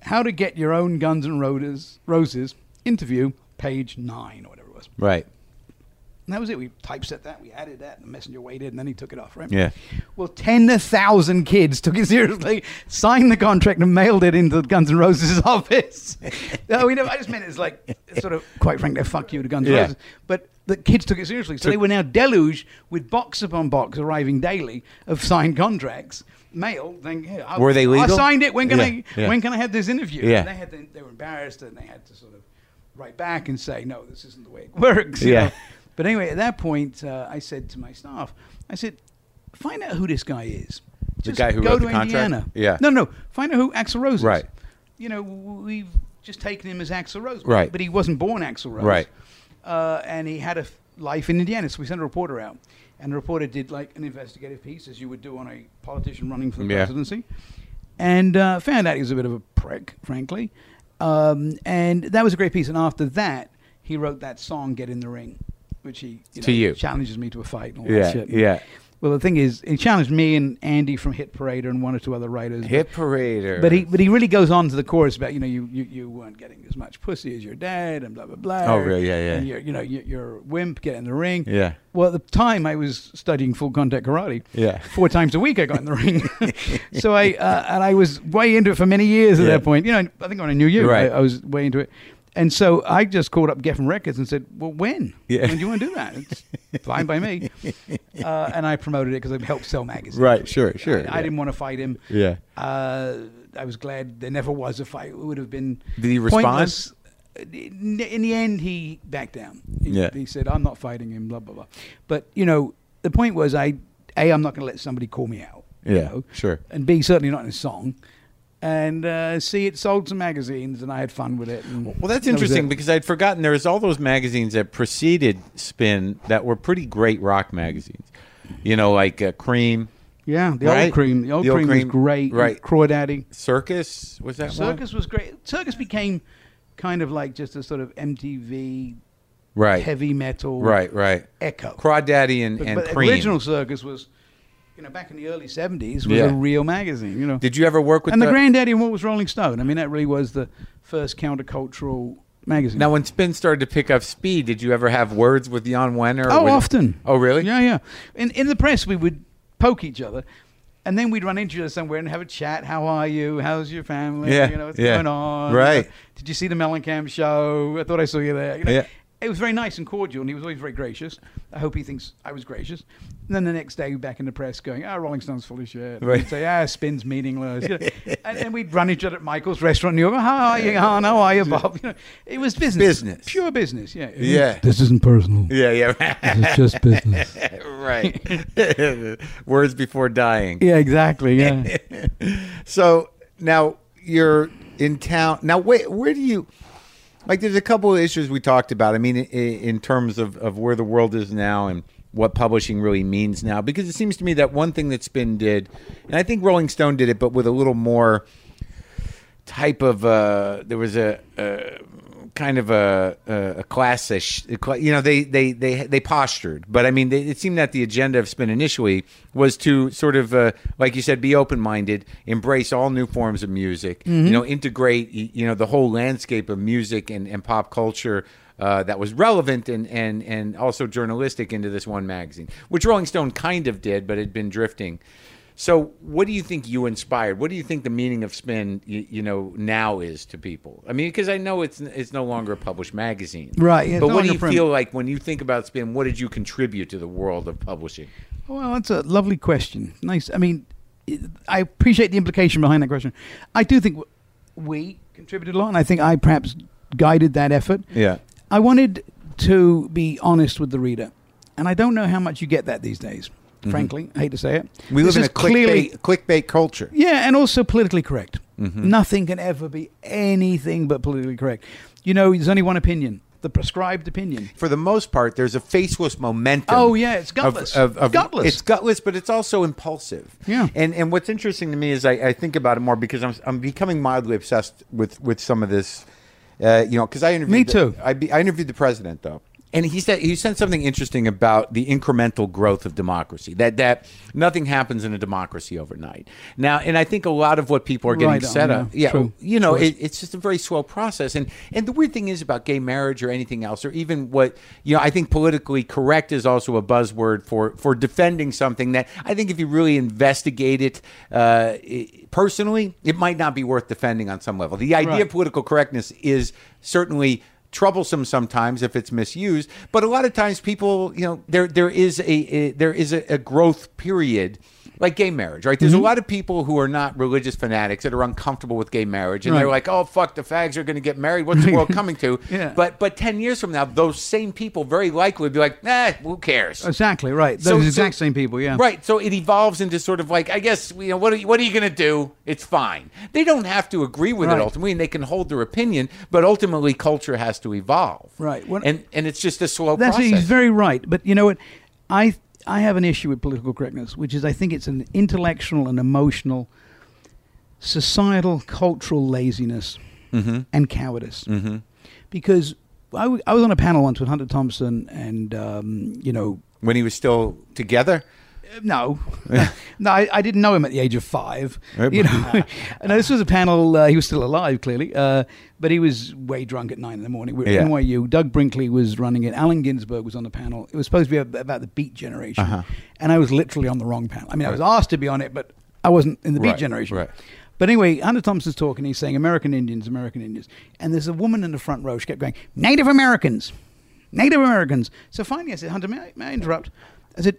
[SPEAKER 2] How to Get Your Own Guns and Roses, Roses interview, page nine or whatever it was.
[SPEAKER 1] Right.
[SPEAKER 2] And that was it. We typeset that, we added that, and the messenger waited, and then he took it off, right?
[SPEAKER 1] Yeah.
[SPEAKER 2] Well, 10,000 kids took it seriously, signed the contract, and mailed it into Guns N' Roses' office. no, we never, I just meant it's like, sort of, quite frankly, fuck you to Guns N'
[SPEAKER 1] Yeah.
[SPEAKER 2] Roses. But the kids took it seriously. So they were now deluged with box upon box arriving daily of signed contracts. Mail, then yeah, I,
[SPEAKER 1] Were they
[SPEAKER 2] I
[SPEAKER 1] legal?
[SPEAKER 2] signed it. When can
[SPEAKER 1] Yeah,
[SPEAKER 2] I?
[SPEAKER 1] yeah.
[SPEAKER 2] When can I have this interview?
[SPEAKER 1] Yeah.
[SPEAKER 2] And they had. To, they were embarrassed, and they had to sort of write back and say, "No, this isn't the way it works." you
[SPEAKER 1] Yeah.
[SPEAKER 2] know. But anyway, at that point, uh, I said to my staff, "I said, find out who this guy is.
[SPEAKER 1] The guy who
[SPEAKER 2] go
[SPEAKER 1] wrote
[SPEAKER 2] to
[SPEAKER 1] the contract?
[SPEAKER 2] Indiana.
[SPEAKER 1] Yeah.
[SPEAKER 2] No, no, find out who Axel Rose is.
[SPEAKER 1] Right.
[SPEAKER 2] You know, we've just taken him as Axel Rose.
[SPEAKER 1] Right.
[SPEAKER 2] But he wasn't born Axel Rose.
[SPEAKER 1] Right.
[SPEAKER 2] Uh, and he had a f- life in Indiana, so we sent a reporter out, and the reporter did like an investigative piece, as you would do on a politician running for the
[SPEAKER 1] Yeah.
[SPEAKER 2] presidency, and uh, found out he was a bit of a prick, frankly. Um, and that was a great piece. And after that, he wrote that song, "Get in the Ring," which he you
[SPEAKER 1] To
[SPEAKER 2] know,
[SPEAKER 1] you.
[SPEAKER 2] challenges me to a fight. And all
[SPEAKER 1] Yeah,
[SPEAKER 2] that shit.
[SPEAKER 1] yeah.
[SPEAKER 2] Well, the thing is, he challenged me and Andy from Hit Parader and one or two other writers.
[SPEAKER 1] Hit Parader.
[SPEAKER 2] But he but he really goes on to the chorus about you know you, you, you weren't getting as much pussy as your dad and blah blah blah.
[SPEAKER 1] Oh, really? Yeah, yeah.
[SPEAKER 2] And you're, you know you, you're a wimp. Get in the ring.
[SPEAKER 1] Yeah.
[SPEAKER 2] Well, at the time I was studying full contact karate.
[SPEAKER 1] Yeah.
[SPEAKER 2] Four times a week I got in the ring. so I uh, and I was way into it for many years at
[SPEAKER 1] Yeah.
[SPEAKER 2] that point. You know I think when I knew you,
[SPEAKER 1] Right.
[SPEAKER 2] I, I was way into it. And so I just called up Geffen Records and said, "Well, when?
[SPEAKER 1] Yeah.
[SPEAKER 2] When do you want to do that? It's fine by me." Uh, and I promoted it because it helped sell magazines.
[SPEAKER 1] Right, sure, sure,
[SPEAKER 2] I,
[SPEAKER 1] yeah.
[SPEAKER 2] I didn't want to fight him.
[SPEAKER 1] Yeah.
[SPEAKER 2] Uh, I was glad there never was a fight. It would have been.
[SPEAKER 1] Did he
[SPEAKER 2] pointless. In in the end, he backed down. He,
[SPEAKER 1] Yeah.
[SPEAKER 2] he said, "I'm not fighting him." Blah blah blah. But you know, the point was, I a I'm not going to let somebody call me out. you
[SPEAKER 1] Yeah,
[SPEAKER 2] know?
[SPEAKER 1] sure.
[SPEAKER 2] And b certainly not in a song. And uh, c it sold some magazines, and I had fun with it. and
[SPEAKER 1] Well, that's
[SPEAKER 2] that was
[SPEAKER 1] interesting
[SPEAKER 2] it.
[SPEAKER 1] because I'd forgotten there was all those magazines that preceded Spin that were pretty great rock magazines. You know, like uh, Cream,
[SPEAKER 2] yeah, the
[SPEAKER 1] Right?
[SPEAKER 2] old cream, the old,
[SPEAKER 1] The Old
[SPEAKER 2] cream,
[SPEAKER 1] Cream,
[SPEAKER 2] was great.
[SPEAKER 1] right.
[SPEAKER 2] Crawdaddy.
[SPEAKER 1] Circus was that
[SPEAKER 2] Circus was great. Circus became kind of like just a sort of MTV
[SPEAKER 1] one? Right,
[SPEAKER 2] heavy metal
[SPEAKER 1] right, right.
[SPEAKER 2] echo.
[SPEAKER 1] Crawdaddy and,
[SPEAKER 2] but,
[SPEAKER 1] and
[SPEAKER 2] but
[SPEAKER 1] Cream.
[SPEAKER 2] original Circus was, you know, back in the early seventies was
[SPEAKER 1] Yeah.
[SPEAKER 2] a real magazine. You know,
[SPEAKER 1] Did you ever work with
[SPEAKER 2] and the,
[SPEAKER 1] the-
[SPEAKER 2] granddaddy of what was Rolling Stone. I mean, that really was the first countercultural magazine.
[SPEAKER 1] Now, when Spin started to pick up speed, did you ever have words with Jan Wenner? or
[SPEAKER 2] oh,
[SPEAKER 1] with-
[SPEAKER 2] often.
[SPEAKER 1] Oh, really?
[SPEAKER 2] Yeah, yeah. In in the press, we would poke each other. And then we'd run into each other somewhere and have a chat. How are you? How's your family?
[SPEAKER 1] Yeah,
[SPEAKER 2] You know, what's
[SPEAKER 1] yeah.
[SPEAKER 2] going on?
[SPEAKER 1] Right.
[SPEAKER 2] Did you see the Mellencamp show? I thought I saw you there. You know,
[SPEAKER 1] Yeah.
[SPEAKER 2] It was very nice and cordial, and he was always very gracious. I hope he thinks I was gracious. And then the next day, back in the press, going, "Ah, Rolling Stone's full of shit." And
[SPEAKER 1] Right.
[SPEAKER 2] We'd say, "Ah, Spin's meaningless." You know, and then we'd run each other at Michael's restaurant in New York. How are you, Han? How are you, Bob? You know, it was business,
[SPEAKER 1] Business.
[SPEAKER 2] pure business. Yeah.
[SPEAKER 1] Yeah.
[SPEAKER 2] This isn't personal.
[SPEAKER 1] Yeah, yeah.
[SPEAKER 2] It's just business.
[SPEAKER 1] right. words before dying.
[SPEAKER 2] Yeah, exactly. Yeah.
[SPEAKER 1] So now you're in town. Now, wait, where do you like? There's a couple of issues we talked about. I mean, in, in terms of, of where the world is now and what publishing really means now, because it seems to me that one thing that Spin did, and I think Rolling Stone did it, but with a little more type of uh, there was a. a kind of a a, a classish you know they they they they postured but i mean they, it seemed that the agenda of spin initially was to sort of uh, like you said be open minded embrace all new forms of music you know integrate y- you know the whole landscape of music and, and pop culture uh, that was relevant and, and and also journalistic into this one magazine which rolling stone kind of did but had been drifting so, what do you think you inspired? What do you think the meaning of spin, you, you know, now is to people? I mean, because I know it's it's no longer a published magazine,
[SPEAKER 2] Right, it's
[SPEAKER 1] But
[SPEAKER 2] no
[SPEAKER 1] what do
[SPEAKER 2] longer
[SPEAKER 1] you
[SPEAKER 2] print.
[SPEAKER 1] feel like when you think about spin? What did you contribute to the world of publishing?
[SPEAKER 2] Well, that's a lovely question. Nice. I mean, I appreciate the implication behind that question. I do think w- we contributed a lot, and I think I perhaps guided that effort.
[SPEAKER 1] Yeah.
[SPEAKER 2] I wanted to be honest with the reader, and I don't know how much you get that these days. Frankly, I hate to say it.
[SPEAKER 1] Mm-hmm. We
[SPEAKER 2] This
[SPEAKER 1] live in
[SPEAKER 2] is
[SPEAKER 1] a clickbait, clickbait culture.
[SPEAKER 2] Yeah, and also politically correct.
[SPEAKER 1] Mm-hmm.
[SPEAKER 2] Nothing can ever be anything but politically correct. You know, there's only one opinion, the prescribed opinion.
[SPEAKER 1] For the most part, there's a faceless momentum.
[SPEAKER 2] Oh, yeah, it's
[SPEAKER 1] of-
[SPEAKER 2] gutless.
[SPEAKER 1] Of, of-
[SPEAKER 2] Gutless.
[SPEAKER 1] It's gutless, but it's also impulsive.
[SPEAKER 2] Yeah.
[SPEAKER 1] And and what's interesting to me is I, I think about it more because I'm I'm becoming mildly obsessed with with some of this, uh, you know, because I interviewed
[SPEAKER 2] Me
[SPEAKER 1] the-
[SPEAKER 2] too.
[SPEAKER 1] I, be, I interviewed the president though, and he said he said something interesting about the incremental growth of democracy. That that nothing happens in a democracy overnight. Now, and I think a lot of what people are getting
[SPEAKER 2] Right on,
[SPEAKER 1] set up,
[SPEAKER 2] yeah.
[SPEAKER 1] yeah,
[SPEAKER 2] True.
[SPEAKER 1] you know, it, it's just a very slow process. And and the weird thing is about gay marriage or anything else, or even what you know, I think politically correct is also a buzzword for for defending something that I think if you really investigate it uh, i personally, it might not be worth defending on some level. The idea
[SPEAKER 2] Right.
[SPEAKER 1] of political correctness is certainly troublesome sometimes if it's misused but a lot of times people you know there there is a, a- there is a, a growth period like gay marriage right there's a
[SPEAKER 2] Mm-hmm.
[SPEAKER 1] lot of people who are not religious fanatics that are uncomfortable with gay marriage and they're
[SPEAKER 2] Right.
[SPEAKER 1] like oh fuck the fags are going to get married what's the world coming to
[SPEAKER 2] Yeah.
[SPEAKER 1] but but 10 years from now those same people very likely would be like nah who cares
[SPEAKER 2] Exactly right. Those
[SPEAKER 1] So- so-
[SPEAKER 2] exact same people. Yeah.
[SPEAKER 1] Right. So it evolves into sort of like, I guess, you know, what are you, what are you going to do? It's fine. They don't have to agree with
[SPEAKER 2] Right.
[SPEAKER 1] it ultimately, and they can hold their opinion, but ultimately culture has to evolve.
[SPEAKER 2] Right. When-
[SPEAKER 1] and and it's just a slow
[SPEAKER 2] That's
[SPEAKER 1] process.
[SPEAKER 2] he's very right. But you know what? I I have an issue with political correctness, which is I think it's an intellectual and emotional, societal, cultural laziness and cowardice. Mm-hmm. Because I, w- I was on a panel once with Hunter Thompson and um, you know
[SPEAKER 1] when he was still together,
[SPEAKER 2] uh, no, no, I, I didn't know him at the age of five.
[SPEAKER 1] Oh,
[SPEAKER 2] You know, and this was a panel. Uh, he was still alive, clearly, uh, but he was way drunk at nine in the morning. We were
[SPEAKER 1] Yeah.
[SPEAKER 2] at NYU. Doug Brinkley was running it. Allen Ginsberg was on the panel. It was supposed to be ab- about the Beat Generation,
[SPEAKER 1] Uh-huh.
[SPEAKER 2] and I was literally on the wrong panel. I mean, I was asked to be on it, but I wasn't in the Beat
[SPEAKER 1] Right,
[SPEAKER 2] Generation.
[SPEAKER 1] right.
[SPEAKER 2] But anyway, Hunter Thompson's talking. He's saying American Indians, American Indians. And there's a woman in the front row. She kept going, Native Americans, Native Americans. So finally, I said, Hunter, may I, may I interrupt? I said,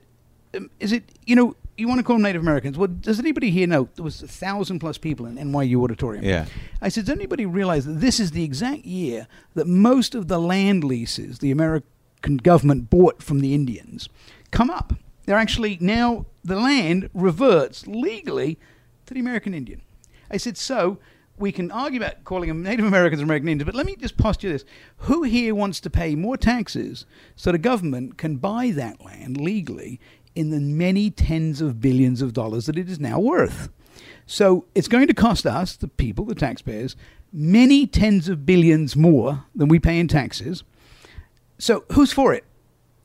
[SPEAKER 2] um, is it, you know, you want to call them Native Americans? Well, does anybody here know there was a thousand plus people in NYU auditorium?
[SPEAKER 1] Yeah.
[SPEAKER 2] I said, does anybody realize that this is the exact year that most of the land leases the American government bought from the Indians come up? They're actually now, the land reverts legally to the American Indian. I said, so we can argue about calling them Native Americans and American Indians, but let me just posture this. Who here wants to pay more taxes so the government can buy that land legally in the many tens of billions of dollars that it is now worth? So it's going to cost us, the people, the taxpayers, many tens of billions more than we pay in taxes. So who's for it?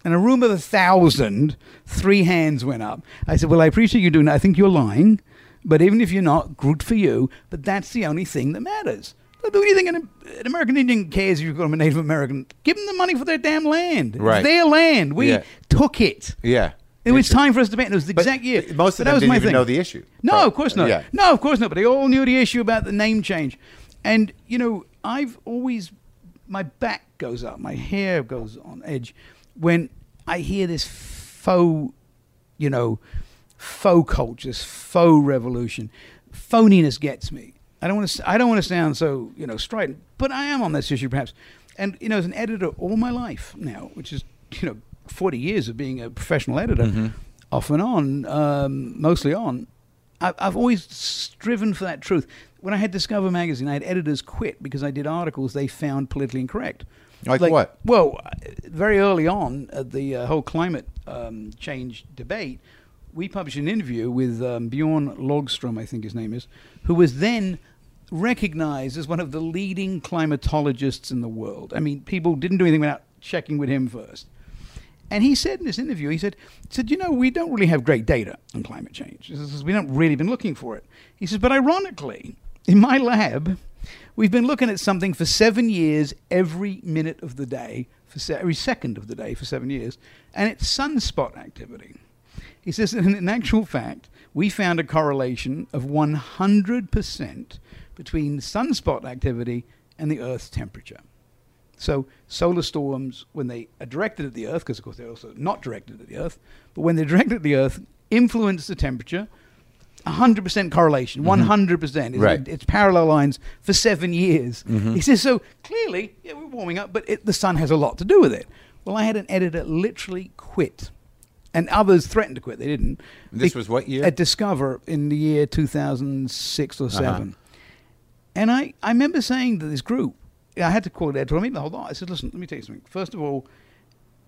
[SPEAKER 2] In a room of a thousand, three hands went up. I said, Well, I appreciate you doing that. I think you're lying. But even if you're not, good for you. But that's the only thing that matters. What do you think an, an American Indian cares if you call them a Native American? Give them the money for their damn land.
[SPEAKER 1] Right.
[SPEAKER 2] It's their land. We
[SPEAKER 1] Yeah.
[SPEAKER 2] took it.
[SPEAKER 1] yeah,
[SPEAKER 2] It was time for us to debate. and It was the exact year.
[SPEAKER 1] th- most
[SPEAKER 2] But
[SPEAKER 1] of them
[SPEAKER 2] that was
[SPEAKER 1] didn't
[SPEAKER 2] my
[SPEAKER 1] even
[SPEAKER 2] thing.
[SPEAKER 1] know the issue.
[SPEAKER 2] No,
[SPEAKER 1] Prob-
[SPEAKER 2] of course not.
[SPEAKER 1] yeah.
[SPEAKER 2] No, of course not. But they all knew the issue about the name change, and you know, I've always my back goes up, my hair goes on edge when I hear this faux, you know, faux cultures, faux revolution. Phoniness gets me. I don't want to. I don't want to sound so you know strident, but I am on this issue perhaps. And you know, as an editor all my life now, which is you know forty years of being a professional editor, off and on, um, mostly on. I- I've always striven for that truth. When I had Discover magazine, I had editors quit because I did articles they found politically incorrect.
[SPEAKER 1] Like what?
[SPEAKER 2] Well, uh, very early on, at the uh, whole climate um, change debate, we published an interview with um, Bjorn Logstrom, I think his name is, who was then recognized as one of the leading climatologists in the world. I mean, people didn't do anything without checking with him first. And he said in this interview, he said, he said, you know, we don't really have great data on climate change. He says, we don't really been looking for it. He says, but ironically, in my lab, we've been looking at something for seven years, every minute of the day, for se- every second of the day for seven years, and it's sunspot activity. He says, in, in actual fact, we found a correlation of 100% between sunspot activity and the Earth's temperature. So solar storms, when they are directed at the Earth, because of course they're also not directed at the Earth, but when they're directed at the Earth, influence the temperature. 100% correlation, 100%. It's,
[SPEAKER 1] Mm-hmm. Right. Mm-hmm.
[SPEAKER 2] it's parallel lines for seven years. He says, so clearly, yeah, we're warming up, but it, the sun has a lot to do with it. Well, I had an editor literally quit, and others threatened to quit. They didn't.
[SPEAKER 1] This was what year?
[SPEAKER 2] At Discover in the year 2006 or 7. And I, I remember saying to this group, I had to call their editor, I mean, hold on. I said, listen, let me tell you something. First of all,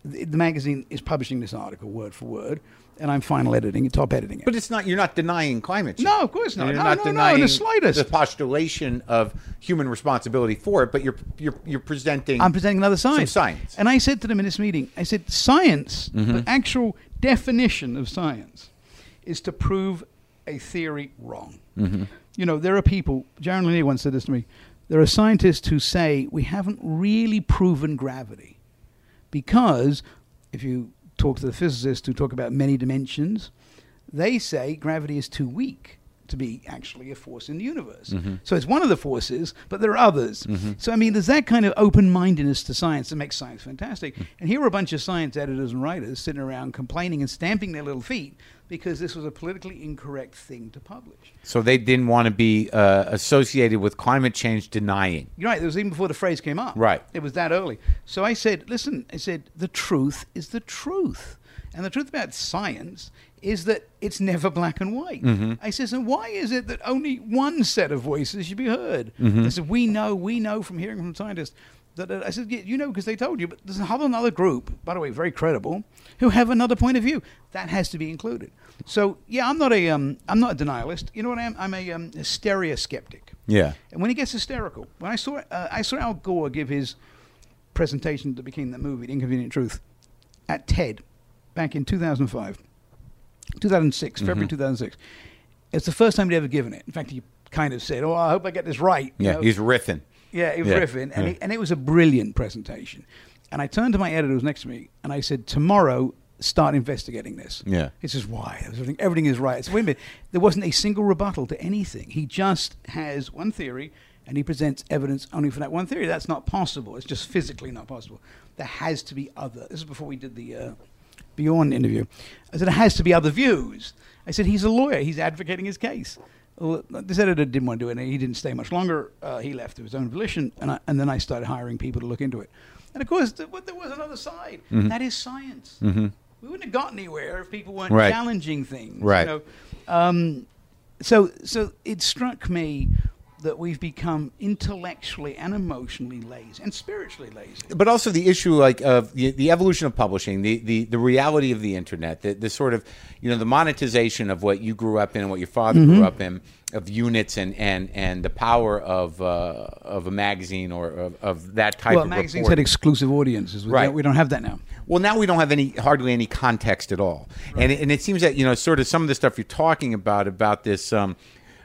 [SPEAKER 2] the the magazine is publishing this article word for word, and I'm final editing it, top editing it.
[SPEAKER 1] But it's not. You're not denying climate change.
[SPEAKER 2] No, of course not.
[SPEAKER 1] You're
[SPEAKER 2] No,
[SPEAKER 1] not
[SPEAKER 2] no, no, in the
[SPEAKER 1] denying
[SPEAKER 2] slightest.
[SPEAKER 1] the postulation of human responsibility for it. But you're you're you're presenting.
[SPEAKER 2] I'm presenting another science.
[SPEAKER 1] science. Mm-hmm.
[SPEAKER 2] And I said to them in this meeting, I said, science, the actual definition of science, is to prove a theory wrong.
[SPEAKER 1] Mm-hmm.
[SPEAKER 2] You know, there are people, Jaron Lanier once said this to me, there are scientists who say, we haven't really proven gravity. Because if you talk to the physicists who talk about many dimensions, they say gravity is too weak to be actually a force in the universe. So it's one of the forces, but there are others. So, I mean, there's that kind of open mindedness to science that makes science fantastic. And here are a bunch of science editors and writers sitting around complaining and stamping their little feet because this was a politically incorrect thing to publish.
[SPEAKER 1] so they didn't want to be uh, associated with climate change denying.
[SPEAKER 2] You're right. It was even before the phrase came up.
[SPEAKER 1] Right.
[SPEAKER 2] It was that early. So I said, listen, I said, the truth is the truth. And the truth about science is that it's never black and white. I says, and why is it that only one set of voices should be heard? I said, we know, we know from hearing from scientists that, uh, I said, yeah, you know, because they told you, but there's a whole another group, by the way, very credible, who have another point of view. That has to be included. So yeah, I'm not a, um, I'm not a denialist. You know what I am? I'm a um, hysteria skeptic.
[SPEAKER 1] Yeah.
[SPEAKER 2] And when he gets hysterical, when I saw uh, I saw Al Gore give his presentation that became the movie, The Inconvenient Truth, at TED back in 2005, 2006,
[SPEAKER 1] Mm-hmm.
[SPEAKER 2] February 2006. It's the first time he'd ever given it. In fact, he kind of said, "Oh, I hope I get this right." you
[SPEAKER 1] Yeah.
[SPEAKER 2] know?
[SPEAKER 1] He's riffing.
[SPEAKER 2] Yeah, he was
[SPEAKER 1] Yeah,
[SPEAKER 2] riffing, and,
[SPEAKER 1] yeah.
[SPEAKER 2] he, and it was a brilliant presentation. And I turned to my editor who was next to me, and I said, "Tomorrow, start investigating this."
[SPEAKER 1] Yeah.
[SPEAKER 2] he says, "Why? Everything, everything is right." So wait a minute, there wasn't a single rebuttal to anything. He just has one theory, and he presents evidence only for that one theory. That's not possible. It's just physically not possible. There has to be other. This is before we did the uh, Bjorn interview. I said, "There has to be other views." I said, "He's a lawyer. He's advocating his case." Well, this editor didn't want to do it, and he didn't stay much longer. Uh, he left of his own volition, and, I, and then I started hiring people to look into it. And of course, th- there was another side. That is science. We wouldn't have got anywhere if people weren't
[SPEAKER 1] Right.
[SPEAKER 2] challenging things. you
[SPEAKER 1] Right.
[SPEAKER 2] know. um, so, so it struck me that we've become intellectually and emotionally lazy, and spiritually lazy.
[SPEAKER 1] but also the issue like of the, the evolution of publishing the, the the reality of the internet the, the sort of you know the monetization of what you grew up in and what your father
[SPEAKER 2] Mm-hmm.
[SPEAKER 1] grew up in of units and and and the power of uh, of a magazine or of, of that type
[SPEAKER 2] Well,
[SPEAKER 1] of
[SPEAKER 2] magazines
[SPEAKER 1] report.
[SPEAKER 2] had exclusive audiences. We,
[SPEAKER 1] Right.
[SPEAKER 2] don't, we don't have that now.
[SPEAKER 1] Well, now we don't have any hardly any context at all, and and it seems that you know sort of some of the stuff you're talking about about this um,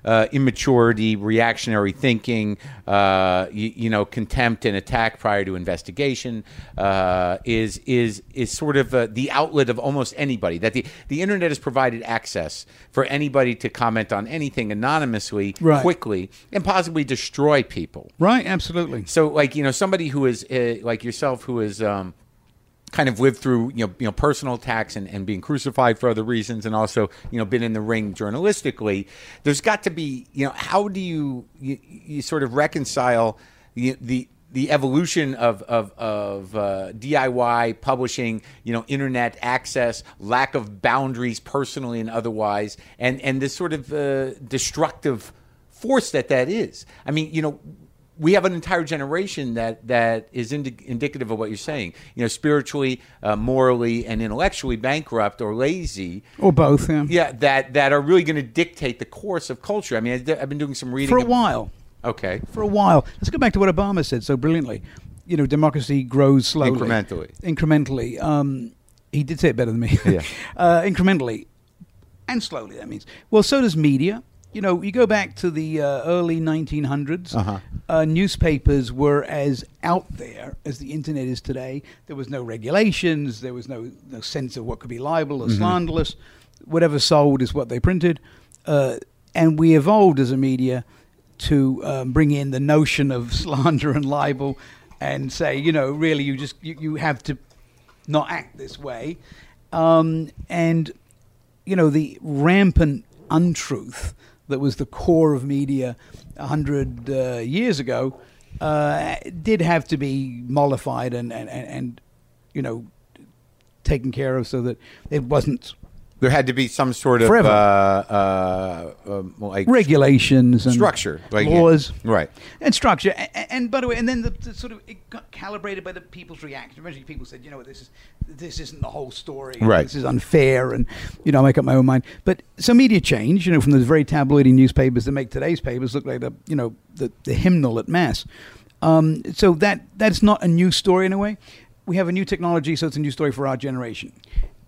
[SPEAKER 1] uh, immaturity, reactionary thinking, uh, you, you know, contempt and attack prior to investigation uh, is is is sort of uh, the outlet of almost anybody. That the the internet has provided access for anybody to comment on anything anonymously,
[SPEAKER 2] Right.
[SPEAKER 1] quickly, and possibly destroy people.
[SPEAKER 2] Right, absolutely.
[SPEAKER 1] So, like you know, somebody who is uh, like yourself, who is um, kind of lived through you know, you know personal attacks and, and being crucified for other reasons, and also you know been in the ring journalistically. There's got to be you know how do you you, you sort of reconcile the the the evolution of of, of uh, DIY publishing, you know, internet access, lack of boundaries, personally and otherwise, and and this sort of uh, destructive force that that is. I mean, you know, we have an entire generation that that is indi- indicative of what you're saying. You know, spiritually, uh, morally, and intellectually bankrupt or lazy.
[SPEAKER 2] Or both, yeah.
[SPEAKER 1] Yeah, that that are really going to dictate the course of culture. I mean, I, have been doing some reading
[SPEAKER 2] For a
[SPEAKER 1] ab-
[SPEAKER 2] while.
[SPEAKER 1] Okay,
[SPEAKER 2] for a while. Let's go back to what Obama said so brilliantly. You know, democracy grows slowly,
[SPEAKER 1] Incrementally.
[SPEAKER 2] Incrementally, um, he did say it better than me.
[SPEAKER 1] Yeah.
[SPEAKER 2] uh, incrementally, and slowly. That means. Well, so does media. You know, you go back to the uh, early 1900s.
[SPEAKER 1] Uh-huh.
[SPEAKER 2] Uh, newspapers were as out there as the internet is today. There was no regulations. There was no no sense of what could be libel or slanderous. Whatever sold is what they printed, uh, and we evolved as a media to um, bring in the notion of slander and libel, and say, you know, really, you just you, you have to not act this way. Um, and, you know, the rampant untruth that was the core of media 100 uh, years ago uh, did have to be mollified and, and, and, and, you know, taken care of so that it wasn't
[SPEAKER 1] There had to be some sort of uh,
[SPEAKER 2] Forever.
[SPEAKER 1] uh, uh, like
[SPEAKER 2] regulations and
[SPEAKER 1] structure, like
[SPEAKER 2] laws,
[SPEAKER 1] right?
[SPEAKER 2] and structure. And, and by the way, and then the, the sort of it got calibrated by the people's reaction. Eventually, people said, you know what, this is this isn't the whole story. and
[SPEAKER 1] Right.
[SPEAKER 2] This is unfair, and you know, I make up my own mind. But so media change, you know, from those very tabloidy newspapers that make today's papers look like the you know the, the hymnal at mass. Um, so that that's not a new story in a way. We have a new technology, so it's a new story for our generation.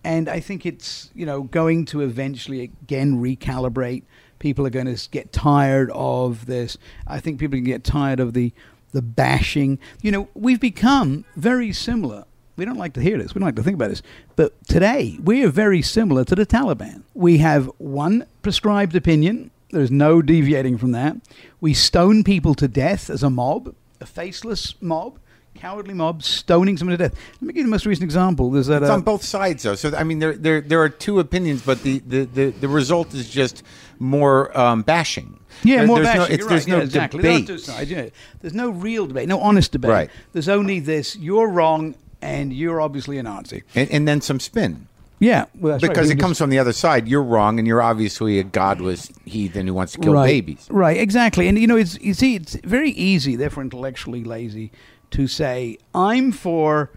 [SPEAKER 2] And I think it's you know going to eventually again recalibrate people are going to get tired of this. I think people can get tired of the the bashing. You know, we've become very similar. We don't like to hear this. We don't like to think about this. But today, we are very similar to the Taliban. We have one prescribed opinion. There's no deviating from that. We stone people to death as a mob, a faceless mob, cowardly mob, stoning someone to death. Let me give you the most recent example. There's that.
[SPEAKER 1] It's
[SPEAKER 2] uh,
[SPEAKER 1] on both sides, though. So I mean, there there there are two opinions, but the the the, the result is just more um, bashing.
[SPEAKER 2] Yeah,
[SPEAKER 1] There-
[SPEAKER 2] more
[SPEAKER 1] there's No,
[SPEAKER 2] bashing.
[SPEAKER 1] it's,
[SPEAKER 2] You're
[SPEAKER 1] there's
[SPEAKER 2] right.
[SPEAKER 1] no
[SPEAKER 2] yeah, exactly. There are
[SPEAKER 1] debate.
[SPEAKER 2] two sides, yeah. There's no real debate, no honest debate.
[SPEAKER 1] Right.
[SPEAKER 2] There's only this: you're wrong, and you're obviously a Nazi.
[SPEAKER 1] and, and then some spin
[SPEAKER 2] Yeah, well, that's right.
[SPEAKER 1] because
[SPEAKER 2] We
[SPEAKER 1] it
[SPEAKER 2] just-
[SPEAKER 1] comes from the other side. You're wrong, and you're obviously a godless heathen who wants to kill
[SPEAKER 2] right.
[SPEAKER 1] babies.
[SPEAKER 2] Right, exactly. And you know, it's you see, it's very easy, therefore intellectually lazy, to say I'm for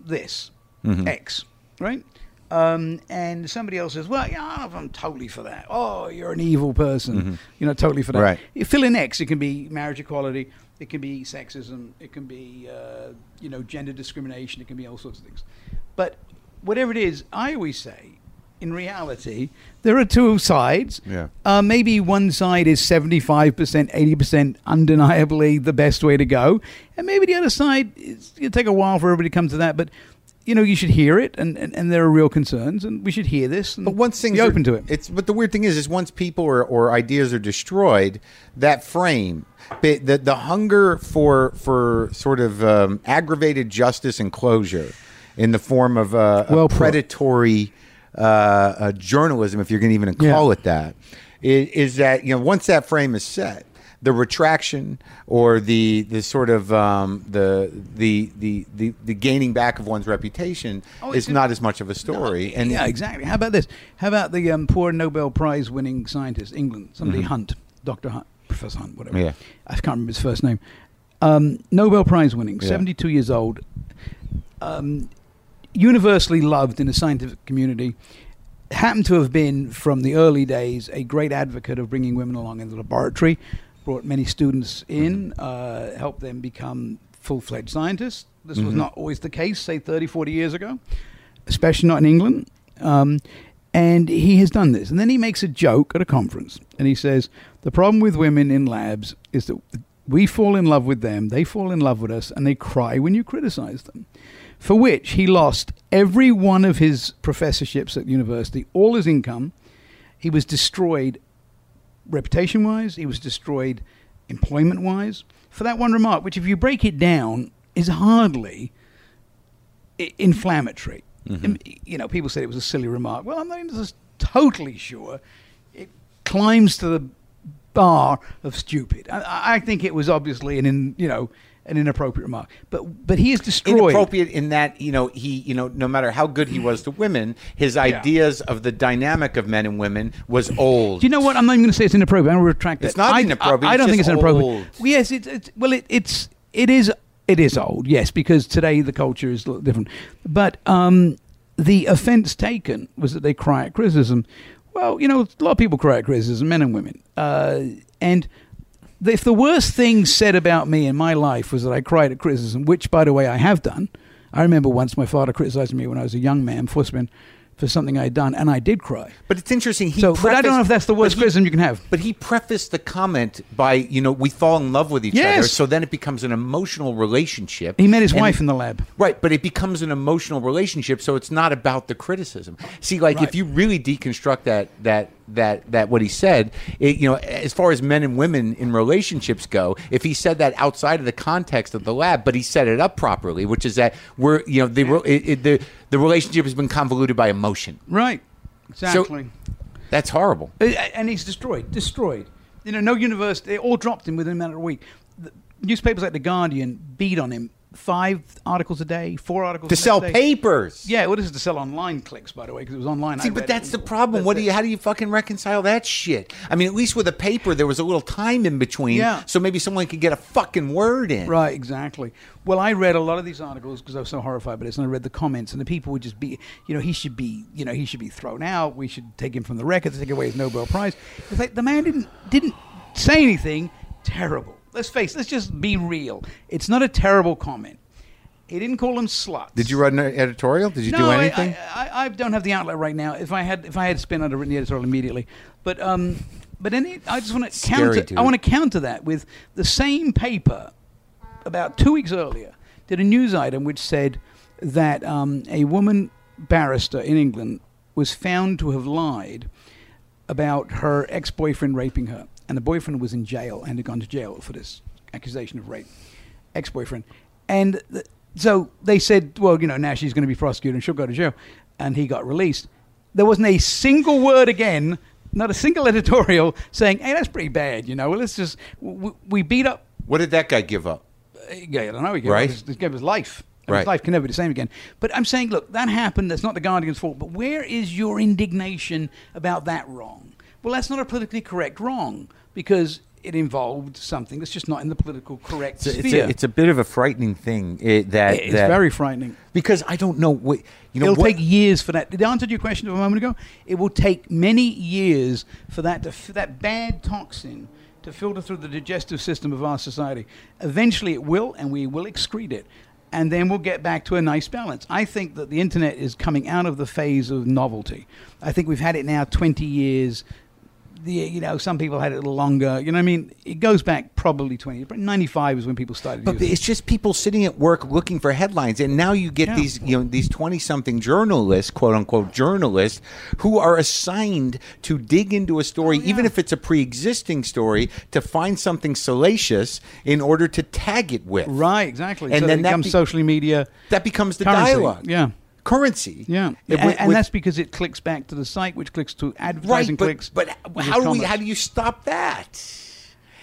[SPEAKER 2] this
[SPEAKER 1] Mm-hmm.
[SPEAKER 2] X, right? Um, and somebody else says, "Well, yeah, I'm totally for that." Oh, you're an evil person. You're not totally for that.
[SPEAKER 1] Mm-hmm. Right.
[SPEAKER 2] You fill in X. It can be marriage equality. It can be sexism. It can be uh, you know gender discrimination. It can be all sorts of things. But whatever it is, I always say, in reality, there are two sides.
[SPEAKER 1] Yeah.
[SPEAKER 2] Uh, maybe one side is 75%, 80% undeniably the best way to go. And maybe the other side, it's, it'll take a while for everybody to come to that. But, you know, you should hear it. And, and, and there are real concerns. And we should hear this. And
[SPEAKER 1] But once things
[SPEAKER 2] Mm. be
[SPEAKER 1] are-
[SPEAKER 2] open to it.
[SPEAKER 1] it's but the weird thing is, is once people or, or ideas are destroyed, that frame, the the, the hunger for for sort of um, aggravated justice and closure, in the form of uh, a
[SPEAKER 2] Well put.
[SPEAKER 1] predatory uh, uh, journalism, if you're going to even
[SPEAKER 2] Yeah.
[SPEAKER 1] call it that, i- is, that you know once that frame is set. The retraction, or the the sort of um, the, the the the the gaining back of one's reputation,
[SPEAKER 2] Oh,
[SPEAKER 1] is
[SPEAKER 2] it's-
[SPEAKER 1] not as much of a story. and
[SPEAKER 2] yeah, exactly. How about this? How about the um, poor Nobel Prize winning scientist, England, somebody Hunt, Dr. Hunt, Professor Hunt, whatever.
[SPEAKER 1] Mm-hmm. Yeah.
[SPEAKER 2] I can't remember his first name. Um, Nobel Prize winning,
[SPEAKER 1] Yeah.
[SPEAKER 2] 72 years old, um, universally loved in the scientific community, happened to have been from the early days a great advocate of bringing women along in the laboratory, brought many students in, uh, helped them become full fledged scientists. This was not always the case, say 30, 40 years ago, especially not in England. Um, and he has done this. And then he makes a joke at a conference and he says, The problem with women in labs is that we fall in love with them, they fall in love with us, and they cry when you criticize them. For which he lost every one of his professorships at university, all his income. He was destroyed reputation wise, he was destroyed employment wise for that one remark, which, if you break it down, is hardly I- inflammatory. Im- You know, people said it was a silly remark. Well, I'm not even s- totally sure. It climbs to the bar of stupid. I- I, I think it was obviously an, in, you know, an inappropriate remark. But but he is destroyed.
[SPEAKER 1] inappropriate in that you know he you know no matter how good he was to women his ideas of the dynamic of men and women was old
[SPEAKER 2] Do you know what? I'm not even going to say it's inappropriate. I'm going to retract that.
[SPEAKER 1] It's not
[SPEAKER 2] I-
[SPEAKER 1] inappropriate,
[SPEAKER 2] I, I
[SPEAKER 1] it's
[SPEAKER 2] don't think
[SPEAKER 1] just
[SPEAKER 2] it's inappropriate.
[SPEAKER 1] old.
[SPEAKER 2] Well, yes, it's, it's well, it, it's it is it is old. Yes, because today the culture is a little different. But um, the offence taken was that they cry at criticism. Well, you know, a lot of people cry at criticism, men and women, uh, and. the- If the worst thing said about me in my life was that I cried at criticism, which, by the way, I have done. I remember once my father criticized me when I was a young man, Fussman, for something I had done, and I did cry.
[SPEAKER 1] but it's interesting he
[SPEAKER 2] So, but I don't know if that's the
[SPEAKER 1] but
[SPEAKER 2] worst
[SPEAKER 1] he-
[SPEAKER 2] criticism you can have.
[SPEAKER 1] but he prefaced the comment by you know we fall in love with each
[SPEAKER 2] Yes.
[SPEAKER 1] other so then it becomes an emotional relationship
[SPEAKER 2] He met his
[SPEAKER 1] And-
[SPEAKER 2] wife in the lab.
[SPEAKER 1] Right, but it becomes an emotional relationship, so it's not about the criticism. See, like if
[SPEAKER 2] Right.
[SPEAKER 1] you really deconstruct that that that that what he said, it, you know, as far as men and women in relationships go, if he said that outside of the context of the lab, but he set it up properly, which is that we're you know the re- it, it, the the relationship has been convoluted by emotion.
[SPEAKER 2] Right.
[SPEAKER 1] Exactly. That's horrible.
[SPEAKER 2] uh, and he's destroyed. Destroyed. You know, no university. They all dropped him within a matter of a week. The newspapers like The Guardian beat on him five articles a day, four articles
[SPEAKER 1] to
[SPEAKER 2] the next
[SPEAKER 1] sell
[SPEAKER 2] day.
[SPEAKER 1] papers.
[SPEAKER 2] Yeah, well, this is to sell online clicks, by the way, because it was online.
[SPEAKER 1] See, but that's the problem. What do you? How do you fucking reconcile that shit? I mean, at least with a paper, there was a little time in between,
[SPEAKER 2] Yeah.
[SPEAKER 1] so maybe someone could get a fucking word in.
[SPEAKER 2] Right, exactly. Well, I read a lot of these articles because I was so horrified by this, and I read the comments, and the people would just be, you know, he should be, you know, he should be thrown out. We should take him from the records, take away his Nobel Prize. It's like the man didn't didn't say anything terrible. Let's face, let's just be real. It's not a terrible comment. He didn't call him sluts.
[SPEAKER 1] Did you write an editorial? Did you
[SPEAKER 2] no,
[SPEAKER 1] do
[SPEAKER 2] I-
[SPEAKER 1] anything?
[SPEAKER 2] I, I, I don't have the outlet right now. If I had, if I had spin, I'd have written the editorial immediately. But, um, but any, I just want to
[SPEAKER 1] Scary,
[SPEAKER 2] counter.
[SPEAKER 1] dude.
[SPEAKER 2] I want to counter that with the same paper about two weeks earlier did a news item which said that um, a woman barrister in England was found to have lied about her ex-boyfriend raping her, and the boyfriend was in jail and had gone to jail for this accusation of rape. Ex-boyfriend, and th- so they said, well, you know, now she's going to be prosecuted and she'll go to jail, and he got released. There wasn't a single word again, not a single editorial saying, hey, that's pretty bad, you know. Well, let's just we, we beat up
[SPEAKER 1] what did that guy give up?
[SPEAKER 2] yeah, I don't know. He gave,
[SPEAKER 1] Right.
[SPEAKER 2] up his, he gave his life. And
[SPEAKER 1] Right.
[SPEAKER 2] His life can never be the same again. But I'm saying, look, that happened. That's not the Guardian's fault. But where is your indignation about that wrong? Well, that's not a politically correct wrong because it involved something that's just not in the political correct
[SPEAKER 1] It's a, it's,
[SPEAKER 2] sphere.
[SPEAKER 1] a, it's a bit of a frightening thing it, that
[SPEAKER 2] It's
[SPEAKER 1] that-
[SPEAKER 2] very frightening.
[SPEAKER 1] because I don't know what you know.
[SPEAKER 2] It'll
[SPEAKER 1] what-
[SPEAKER 2] take years for that. Did I answer your question a moment ago? It will take many years for that to, for that bad toxin to filter through the digestive system of our society. Eventually, it will, and we will excrete it, and then we'll get back to a nice balance. I think that the internet is coming out of the phase of novelty. I think we've had it now 20 years. The, you know, some people had it a little longer. You know, what I mean, it goes back probably 20, but 95 is when people started.
[SPEAKER 1] But
[SPEAKER 2] using it.
[SPEAKER 1] it's just people sitting at work looking for headlines, and now you get
[SPEAKER 2] Yeah.
[SPEAKER 1] these you know these twenty something journalists, quote unquote journalists, who are assigned to dig into a
[SPEAKER 2] Oh,
[SPEAKER 1] story, even if it's a pre existing story, to find something salacious in order to tag it with.
[SPEAKER 2] Right, exactly.
[SPEAKER 1] And
[SPEAKER 2] so
[SPEAKER 1] then
[SPEAKER 2] it
[SPEAKER 1] that
[SPEAKER 2] becomes
[SPEAKER 1] be-
[SPEAKER 2] social media.
[SPEAKER 1] That becomes the
[SPEAKER 2] currency.
[SPEAKER 1] dialogue.
[SPEAKER 2] Yeah.
[SPEAKER 1] Currency.
[SPEAKER 2] Yeah,
[SPEAKER 1] If
[SPEAKER 2] and,
[SPEAKER 1] with-
[SPEAKER 2] and
[SPEAKER 1] with-
[SPEAKER 2] that's because it clicks back to the site, which clicks to
[SPEAKER 1] right.
[SPEAKER 2] advertising
[SPEAKER 1] But,
[SPEAKER 2] clicks.
[SPEAKER 1] but
[SPEAKER 2] which is
[SPEAKER 1] how do we?
[SPEAKER 2] commerce.
[SPEAKER 1] How do you stop that?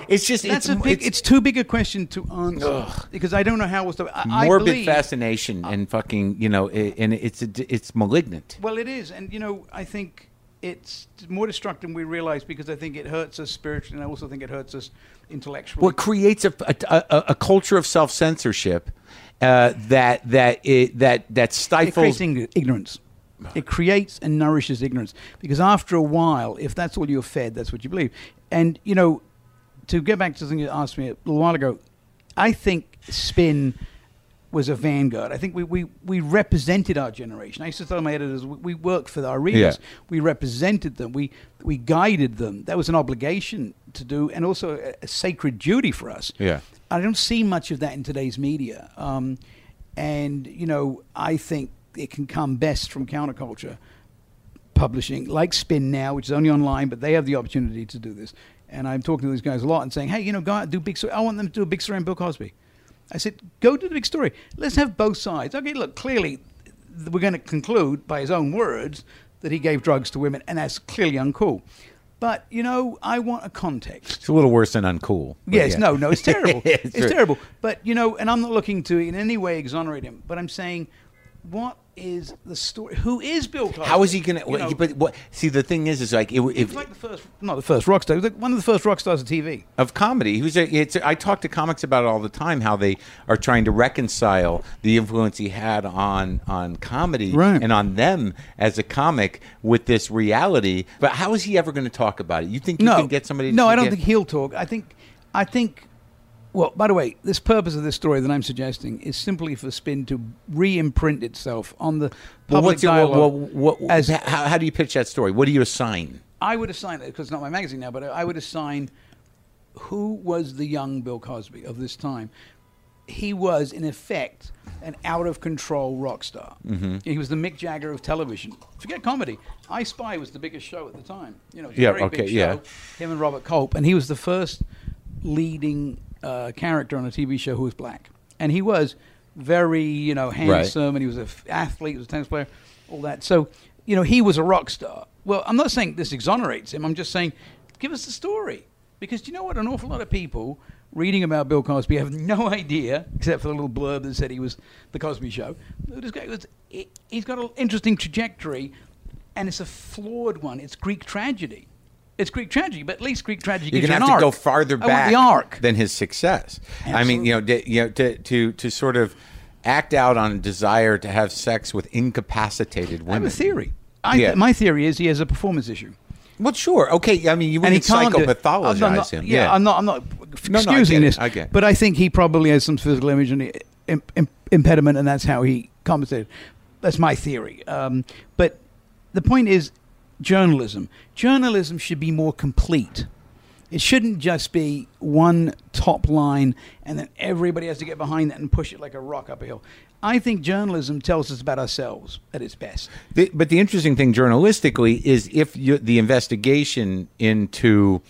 [SPEAKER 1] It's just
[SPEAKER 2] That's
[SPEAKER 1] it's,
[SPEAKER 2] a big. It's, too big a question to answer because I don't know how we'll stop. I,
[SPEAKER 1] morbid
[SPEAKER 2] I believe,
[SPEAKER 1] fascination and fucking you know, i and it's a, d- it's malignant.
[SPEAKER 2] Well, it is, and you know, I think it's more destructive than we realize because I think it hurts us spiritually, and I also think it hurts us intellectually.
[SPEAKER 1] what creates a, a, a- a culture of self censorship uh, that that it, that that
[SPEAKER 2] it creates
[SPEAKER 1] stifles.
[SPEAKER 2] ign- ignorance. It creates and nourishes ignorance because after a while, if that's all you're fed, that's what you believe. And you know, to get back to something you asked me a little while ago, I think spin was a vanguard. I think we we, we represented our generation. I used to tell my editors we, we worked for our readers.
[SPEAKER 1] Yeah.
[SPEAKER 2] We represented them. We we guided them. That was an obligation to do, and also a, a sacred duty for us.
[SPEAKER 1] Yeah.
[SPEAKER 2] I don't see much of that in today's media. Um, and, you know, I think it can come best from counterculture publishing, like Spin Now, which is only online, but they have the opportunity to do this. And I'm talking to these guys a lot and saying, hey, you know, go out and do big story. I want them to do a big story on Bill Cosby. I said, go do the big story. Let's have both sides. Okay, look, clearly th- we're going to conclude by his own words that he gave drugs to women, and that's clearly uncool. But, you know, I want a context.
[SPEAKER 1] It's a little worse than uncool. but
[SPEAKER 2] Yes,
[SPEAKER 1] yeah.
[SPEAKER 2] no, no, it's terrible.
[SPEAKER 1] It's
[SPEAKER 2] it's
[SPEAKER 1] true.
[SPEAKER 2] terrible. But you know, and I'm not looking to in any way exonerate him. But I'm saying, what is the story? Who is Bill Cosby?
[SPEAKER 1] How is he gonna?
[SPEAKER 2] You know,
[SPEAKER 1] but what? See, the thing is, is like it,
[SPEAKER 2] he was
[SPEAKER 1] if,
[SPEAKER 2] like the first, not the first rock star. he was like one of the first rock stars of TV.
[SPEAKER 1] of comedy. Who's a, it's? I talk to comics about it all the time. How they are trying to reconcile the influence he had on on comedy
[SPEAKER 2] Right.
[SPEAKER 1] and on them as a comic with this reality. But how is he ever going to talk about it? You think you
[SPEAKER 2] no,
[SPEAKER 1] can get somebody? to
[SPEAKER 2] no, I don't
[SPEAKER 1] get-
[SPEAKER 2] think he'll talk. I think, I think. Well, by the way, this purpose of this story that I'm suggesting is simply for Spin to re-imprint itself on the public
[SPEAKER 1] Well, what's your,
[SPEAKER 2] dialogue.
[SPEAKER 1] well, what, what,
[SPEAKER 2] as-
[SPEAKER 1] how, how do you pitch that story? What do you assign?
[SPEAKER 2] I would assign it because it's not my magazine now, but I would assign who was the young Bill Cosby of this time. He was, in effect, an out of control rock star.
[SPEAKER 1] Mm-hmm.
[SPEAKER 2] He was the Mick Jagger of television. Forget comedy. I Spy was the biggest show at the time. You know, it was
[SPEAKER 1] Yeah,
[SPEAKER 2] a very
[SPEAKER 1] okay,
[SPEAKER 2] big show.
[SPEAKER 1] yeah.
[SPEAKER 2] Him and Robert Culp, and he was the first leading uh, character on a TV show who was black, and he was very, you know, handsome him, and he was an athlete, he was a tennis player, all that. So, you know, he was a rock star. Well, I'm not saying this exonerates him. I'm just saying, give us the story. Because do you know what? An awful lot of people reading about Bill Cosby have no idea, except for the little blurb that said he was the Cosby Show. that This guy was, he- he's got an interesting trajectory, and it's a flawed one. It's Greek tragedy. It's Greek tragedy, but at least Greek tragedy
[SPEAKER 1] You're
[SPEAKER 2] gives
[SPEAKER 1] gonna
[SPEAKER 2] you
[SPEAKER 1] have
[SPEAKER 2] an
[SPEAKER 1] to
[SPEAKER 2] arc.
[SPEAKER 1] go farther
[SPEAKER 2] I want
[SPEAKER 1] back
[SPEAKER 2] the arc.
[SPEAKER 1] than his success. I mean, you know, d you know, to to to sort of act out on a desire to have sex with incapacitated
[SPEAKER 2] I have
[SPEAKER 1] women.
[SPEAKER 2] a theory. I,
[SPEAKER 1] Yeah.
[SPEAKER 2] My theory is he has a performance issue.
[SPEAKER 1] Well, sure, okay. I mean, you
[SPEAKER 2] and he
[SPEAKER 1] wouldn't
[SPEAKER 2] can't do it.
[SPEAKER 1] psychopathologize
[SPEAKER 2] I'm not- not-
[SPEAKER 1] him.
[SPEAKER 2] Yeah, I'm not. I'm not
[SPEAKER 1] No, no, I
[SPEAKER 2] excusing
[SPEAKER 1] get it.
[SPEAKER 2] this.
[SPEAKER 1] I get it.
[SPEAKER 2] But I think he probably has some physical image and im- im- impediment, and that's how he compensated. That's my theory. Um, but the point is, journalism. Journalism should be more complete. It shouldn't just be one top line, and then everybody has to get behind that and push it like a rock up a hill. I think journalism tells us about ourselves at its best.
[SPEAKER 1] The, but the interesting thing journalistically is if you, the investigation into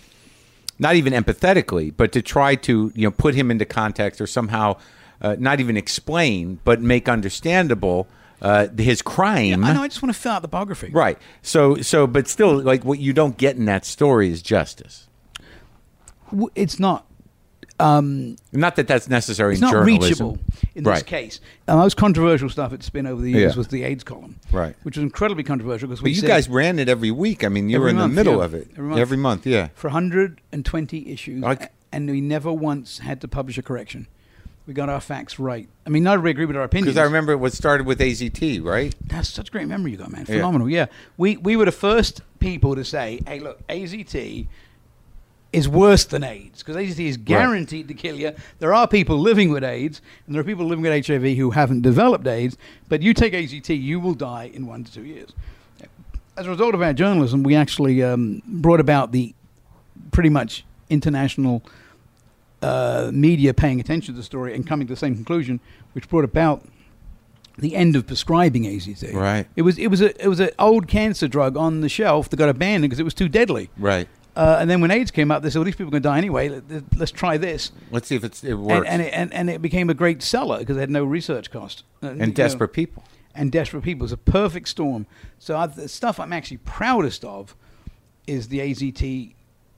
[SPEAKER 1] not even empathetically, but to try to you know put him into context or somehow uh, not even explain, but make understandable uh, his crime.
[SPEAKER 2] I know. I just want to fill out the biography.
[SPEAKER 1] Right. So so but still like what you don't get in that story is justice.
[SPEAKER 2] W- It's not
[SPEAKER 1] Not that that's necessary
[SPEAKER 2] It's
[SPEAKER 1] in
[SPEAKER 2] not
[SPEAKER 1] journalism.
[SPEAKER 2] reachable in
[SPEAKER 1] right.
[SPEAKER 2] this case. The most controversial stuff it's been over the years
[SPEAKER 1] Yeah.
[SPEAKER 2] was the AIDS column,
[SPEAKER 1] Right.
[SPEAKER 2] Which was incredibly controversial because we
[SPEAKER 1] But you
[SPEAKER 2] said
[SPEAKER 1] guys ran it every week. I mean, you were
[SPEAKER 2] Every
[SPEAKER 1] in
[SPEAKER 2] month,
[SPEAKER 1] the middle
[SPEAKER 2] yeah.
[SPEAKER 1] of it
[SPEAKER 2] Every month.
[SPEAKER 1] yeah.
[SPEAKER 2] for 120 issues,
[SPEAKER 1] Like-
[SPEAKER 2] a- and we never once had to publish a correction. We got our facts right. I mean, not everybody agreed with our opinions.
[SPEAKER 1] Because I remember it was started with AZT, right?
[SPEAKER 2] That's such great memory you got, man.
[SPEAKER 1] Yeah.
[SPEAKER 2] Phenomenal. Yeah. We we were the first people to say, hey, look, AZT is worse than AIDS because AZT is guaranteed to kill you. There are people living with AIDS and there are people living with HIV who haven't developed AIDS, but you take AZT, you will die in one to two years. As a result of our journalism, we actually um, brought about the pretty much international uh, media paying attention to the story and coming to the same conclusion, which brought about the end of prescribing AZT.
[SPEAKER 1] Right.
[SPEAKER 2] It was it was a it was an old cancer drug on the shelf that got abandoned because it was too deadly.
[SPEAKER 1] Right.
[SPEAKER 2] Uh, and then when AIDS came up, they said, "Well, these people are going to die anyway. Let, us try this."
[SPEAKER 1] Let's see if it's, it
[SPEAKER 2] And
[SPEAKER 1] works.
[SPEAKER 2] and it, and and it became a great seller because they had no research cost. Uh, you know,
[SPEAKER 1] and desperate people.
[SPEAKER 2] and desperate people. It's a perfect storm. So I, the stuff I'm actually proudest of is the AZT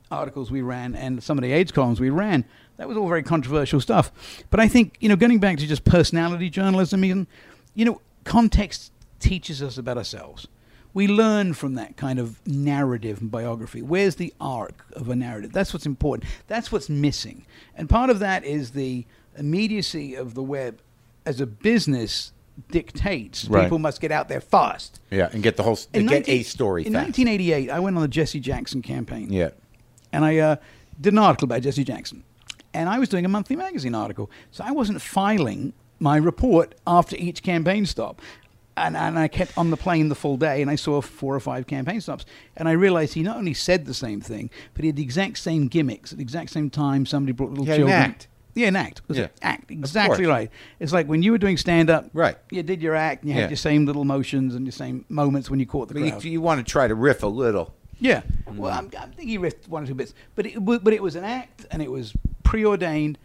[SPEAKER 2] articles we ran and some of the AIDS columns we ran. That was all very controversial stuff. But I think you know, getting back to just personality journalism, even you know, context teaches us about ourselves. We learn from that kind of narrative and biography. Where's the arc of a narrative? That's what's important. That's what's missing. And part of that is the immediacy of the web as a business dictates.
[SPEAKER 1] Right.
[SPEAKER 2] People must get out there fast.
[SPEAKER 1] Yeah, and get the whole s-
[SPEAKER 2] In
[SPEAKER 1] get
[SPEAKER 2] 19
[SPEAKER 1] a story.
[SPEAKER 2] In
[SPEAKER 1] fast.
[SPEAKER 2] 1988, I went on the Jesse Jackson campaign.
[SPEAKER 1] yeah,
[SPEAKER 2] And I uh, did an article about Jesse Jackson. And I was doing a monthly magazine article. So I wasn't filing my report after each campaign stop. And, and I kept on the plane the full day and I saw four or five campaign stops. And I realized he not only said the same thing, but he had the exact same gimmicks. At the exact same time, somebody brought little
[SPEAKER 1] He had an
[SPEAKER 2] children.
[SPEAKER 1] act.
[SPEAKER 2] Yeah, an act. Was
[SPEAKER 1] Yeah.
[SPEAKER 2] it? Act.
[SPEAKER 1] Of
[SPEAKER 2] Exactly
[SPEAKER 1] course.
[SPEAKER 2] right. It's like when you were doing stand up,
[SPEAKER 1] Right.
[SPEAKER 2] you did your act and you
[SPEAKER 1] Yeah.
[SPEAKER 2] had your same little motions and your same moments when you caught the
[SPEAKER 1] but
[SPEAKER 2] crowd.
[SPEAKER 1] you, you want to try to riff a little.
[SPEAKER 2] Yeah.
[SPEAKER 1] Hmm.
[SPEAKER 2] Well, I'm, I'm thinking he riffed one or two bits, but it w- but it was an act and it was preordained,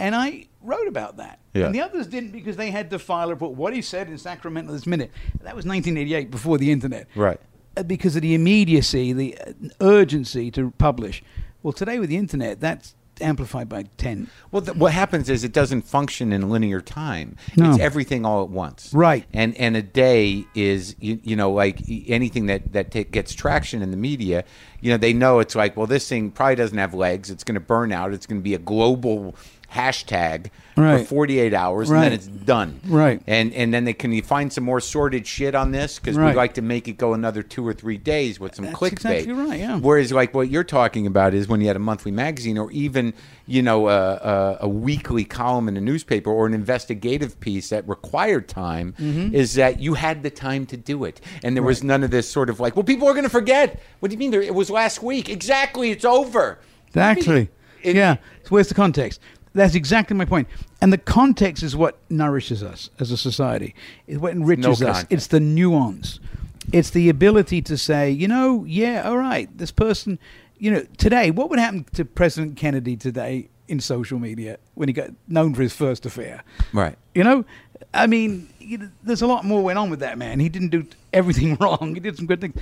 [SPEAKER 2] and I wrote about that.
[SPEAKER 1] Yeah.
[SPEAKER 2] And the others didn't because they had to file a report what he said in Sacramento this minute. That was 1988 before the internet.
[SPEAKER 1] Right.
[SPEAKER 2] Uh, Because of the immediacy, the uh, urgency to publish. Well, today with the internet, that's amplified by 10.
[SPEAKER 1] Well, th- what happens is it doesn't function in linear time.
[SPEAKER 2] No.
[SPEAKER 1] It's everything all at once.
[SPEAKER 2] Right.
[SPEAKER 1] And and a day is you, you know like y- anything that that ta- gets traction in the media, you know they know it's like well this thing probably doesn't have legs. It's going to burn out. It's going to be a global hashtag for
[SPEAKER 2] Right.
[SPEAKER 1] 48 hours and then
[SPEAKER 2] Right.
[SPEAKER 1] it's done.
[SPEAKER 2] Right.
[SPEAKER 1] And and then they can you find some more sordid shit on this because we
[SPEAKER 2] Right.
[SPEAKER 1] like to make it go another two or three days with some
[SPEAKER 2] That's
[SPEAKER 1] clickbait.
[SPEAKER 2] exactly right, yeah.
[SPEAKER 1] Whereas, like what you're talking about is when you had a monthly magazine, or even you know a, a, a weekly column in a newspaper, or an investigative piece that required time,
[SPEAKER 2] Mm-hmm.
[SPEAKER 1] is that you had the time to do it, and there was none of this sort of like, well, people are going to forget. What do you mean? There, it was last week. Exactly, it's over.
[SPEAKER 2] Exactly.
[SPEAKER 1] It-
[SPEAKER 2] yeah. So where's the context? That's exactly my point. And the context is what nourishes us as a society. It's what enriches us.
[SPEAKER 1] context.
[SPEAKER 2] It's the nuance. It's the ability to say, you know, yeah, all right, this person, you know, today, what would happen to President Kennedy today in social media when he got known for his first affair?
[SPEAKER 1] Right.
[SPEAKER 2] You know, I mean, you know, there's a lot more went on with that man. He didn't do everything wrong. He did some good things.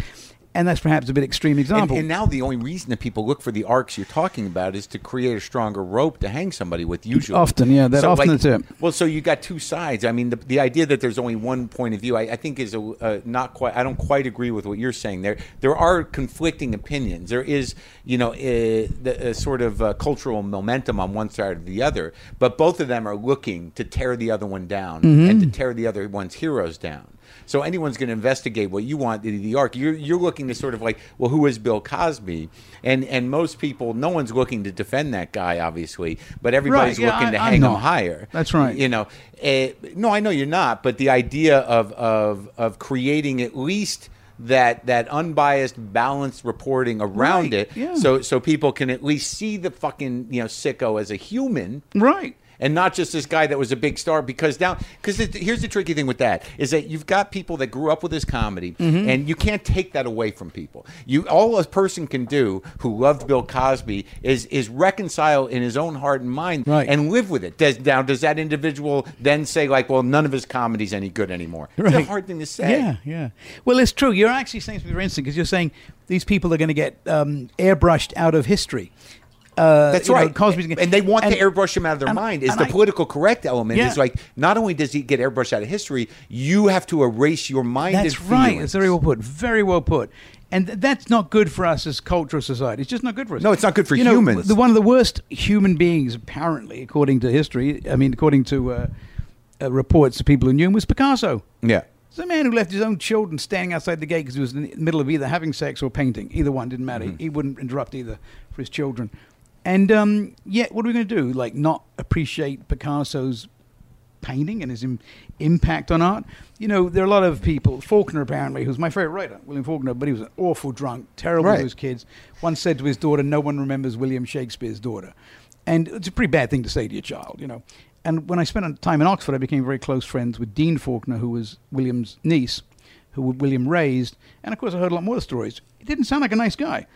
[SPEAKER 2] And that's perhaps a bit extreme
[SPEAKER 1] And,
[SPEAKER 2] example.
[SPEAKER 1] and now the only reason that people look for the arcs you're talking about is to create a stronger rope to hang somebody with. Usually,
[SPEAKER 2] Often, yeah, that- often it's it.
[SPEAKER 1] Well, so you got two sides. I mean, the, the idea that there's only one point of view, I, I think, is a, uh, not quite. I don't quite agree with what you're saying. There, there are conflicting opinions. There is, you know, a, the, a sort of uh cultural momentum on one side or the other, but both of them are looking to tear the other one down
[SPEAKER 2] Mm-hmm.
[SPEAKER 1] and to tear the other one's heroes down. So anyone's going to investigate what you want the, the arc. You're you're looking to sort of like, well, who is Bill Cosby? And and most people, no one's looking to defend that guy, obviously, but everybody's
[SPEAKER 2] yeah,
[SPEAKER 1] looking
[SPEAKER 2] I-
[SPEAKER 1] to
[SPEAKER 2] I'm
[SPEAKER 1] hang him
[SPEAKER 2] not.
[SPEAKER 1] higher.
[SPEAKER 2] That's right.
[SPEAKER 1] You know, eh, no, I know you're not, but the idea of of of creating at least that that unbiased, balanced reporting around
[SPEAKER 2] Right,
[SPEAKER 1] it,
[SPEAKER 2] yeah.
[SPEAKER 1] so so people can at least see the fucking you know sicko as a human
[SPEAKER 2] right.
[SPEAKER 1] and not just this guy that was a big star because now because here's the tricky thing with that is that you've got people that grew up with this comedy
[SPEAKER 2] Mm-hmm.
[SPEAKER 1] and you can't take that away from people you all a person can do who loved bill cosby is is reconcile in his own heart and mind
[SPEAKER 2] Right.
[SPEAKER 1] and live with it does now does that individual then say like well none of his comedy's any good anymore it's a
[SPEAKER 2] Right.
[SPEAKER 1] hard thing to say
[SPEAKER 2] Yeah, yeah. Well, it's true. You're actually saying something very interesting because you're saying these people are going to get um, airbrushed out of history. Uh,
[SPEAKER 1] That's
[SPEAKER 2] you know,
[SPEAKER 1] right.
[SPEAKER 2] Cosby's gonna-
[SPEAKER 1] and they want to
[SPEAKER 2] and-
[SPEAKER 1] airbrush him out of their
[SPEAKER 2] and-
[SPEAKER 1] mind. Is
[SPEAKER 2] and
[SPEAKER 1] the
[SPEAKER 2] I-
[SPEAKER 1] political correct element?
[SPEAKER 2] Yeah.
[SPEAKER 1] Is like not only does he get airbrushed out of history, you have to erase your mind.
[SPEAKER 2] That's
[SPEAKER 1] and
[SPEAKER 2] right.
[SPEAKER 1] feelings.
[SPEAKER 2] That's very well put. Very well put. And th- that's not good for us as cultural society. It's just not good for us.
[SPEAKER 1] No, it's not good for
[SPEAKER 2] You know,
[SPEAKER 1] humans.
[SPEAKER 2] the- one of the worst human beings, apparently, according to history. I mean, according to uh, uh, reports of people who knew him, was Picasso.
[SPEAKER 1] Yeah.
[SPEAKER 2] It's a man who left his own children standing outside the gate because he was in the middle of either having sex or painting. Either one didn't matter. He wouldn't interrupt either for his children. And um, yet, what are we going to do? Like, not appreciate Picasso's painting and his Im- impact on art? You know, there are a lot of people. Faulkner, apparently, who's my favorite writer, William Faulkner, but he was an awful drunk, terrible
[SPEAKER 1] Right.
[SPEAKER 2] to his kids. Once said to his daughter, "No one remembers William Shakespeare's daughter," and it's a pretty bad thing to say to your child, you know. And when I spent time in Oxford, I became very close friends with Dean Faulkner, who was William's niece, who William raised, and of course I heard a lot more stories. It didn't sound like a nice guy.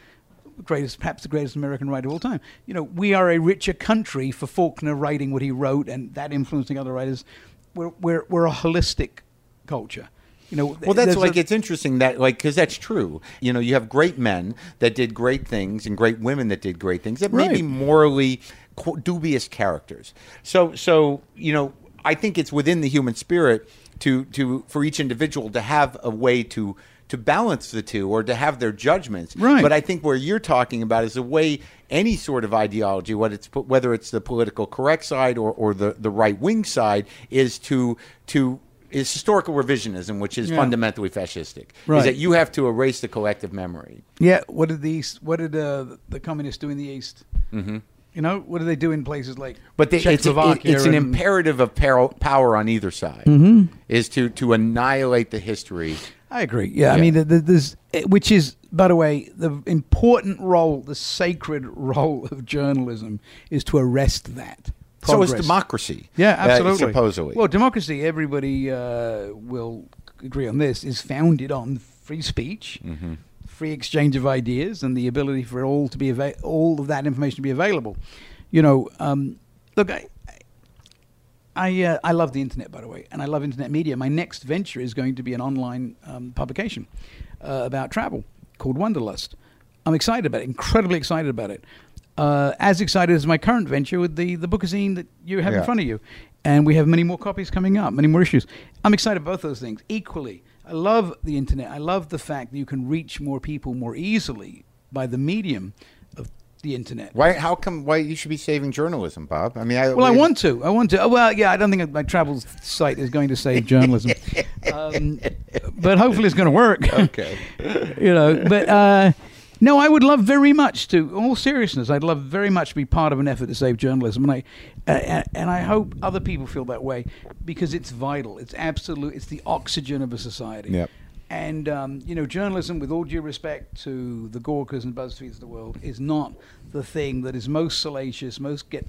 [SPEAKER 2] Greatest, perhaps the greatest American writer of all time. You know, we are a richer country for Faulkner writing what he wrote and that influencing other writers. We're we're, we're a holistic culture. You know,
[SPEAKER 1] Well, that's
[SPEAKER 2] there's a-
[SPEAKER 1] like it's interesting that like because that's true. You know, you have great men that did great things and great women that did great things that may be
[SPEAKER 2] Right.
[SPEAKER 1] morally qu- dubious characters. So, so you know, I think it's within the human spirit to to for each individual to have a way to to balance the two or to have their judgments.
[SPEAKER 2] Right.
[SPEAKER 1] But I think where you're talking about is the way any sort of ideology, whether it's whether it's the political correct side or, or the, the right wing side, is to to is historical revisionism, which is
[SPEAKER 2] Yeah.
[SPEAKER 1] fundamentally fascistic. Is
[SPEAKER 2] Right.
[SPEAKER 1] that you have to erase the collective memory.
[SPEAKER 2] Yeah, what did the East, what did uh, the communists do in the East? Mm-hmm. You know, what do they do in places like
[SPEAKER 1] But they, it's, it,
[SPEAKER 2] Czechoslovakia?
[SPEAKER 1] it's an
[SPEAKER 2] and-
[SPEAKER 1] imperative of power, power on either side mm-hmm. is to to annihilate the history.
[SPEAKER 2] I agree. Yeah, I
[SPEAKER 1] Yeah.
[SPEAKER 2] mean, th- th- there's eh, which is, by the way, the important role, the sacred role of journalism is to arrest that. Progress.
[SPEAKER 1] So is democracy.
[SPEAKER 2] Yeah,
[SPEAKER 1] uh,
[SPEAKER 2] absolutely.
[SPEAKER 1] supposedly.
[SPEAKER 2] Well, democracy, everybody uh, will agree on this, is founded on free speech,
[SPEAKER 1] Mm-hmm.
[SPEAKER 2] free exchange of ideas, and the ability for all to be ava- all of that information to be available. You know, um, look, I. I, uh, I love the internet, by the way, and I love internet media. My next venture is going to be an online um, publication uh, about travel called Wonderlust. I'm excited about it, incredibly excited about it. Uh, as excited as my current venture with the, the bookazine that you have
[SPEAKER 1] Yeah.
[SPEAKER 2] in front of you you. And we have many more copies coming up, many more issues. I'm excited about both those things equally. I love the internet. I love the fact that you can reach more people more easily by the medium of the internet.
[SPEAKER 1] why? How come? Why you should be saving journalism, Bob? I mean, I,
[SPEAKER 2] Well, I
[SPEAKER 1] we-
[SPEAKER 2] want to. I want to. Oh, well, yeah, I don't think my travel site is going to save journalism. um, but hopefully it's going to work.
[SPEAKER 1] Okay.
[SPEAKER 2] you know, but uh, no, I would love very much to, in all seriousness, I'd love very much to be part of an effort to save journalism. And I, uh, and I hope other people feel that way because it's vital. It's absolute. It's the oxygen of a society.
[SPEAKER 1] Yep.
[SPEAKER 2] And um, you know, journalism, with all due respect to the Gawkers and Buzzfeeds of the world, is not the thing that is most salacious, most get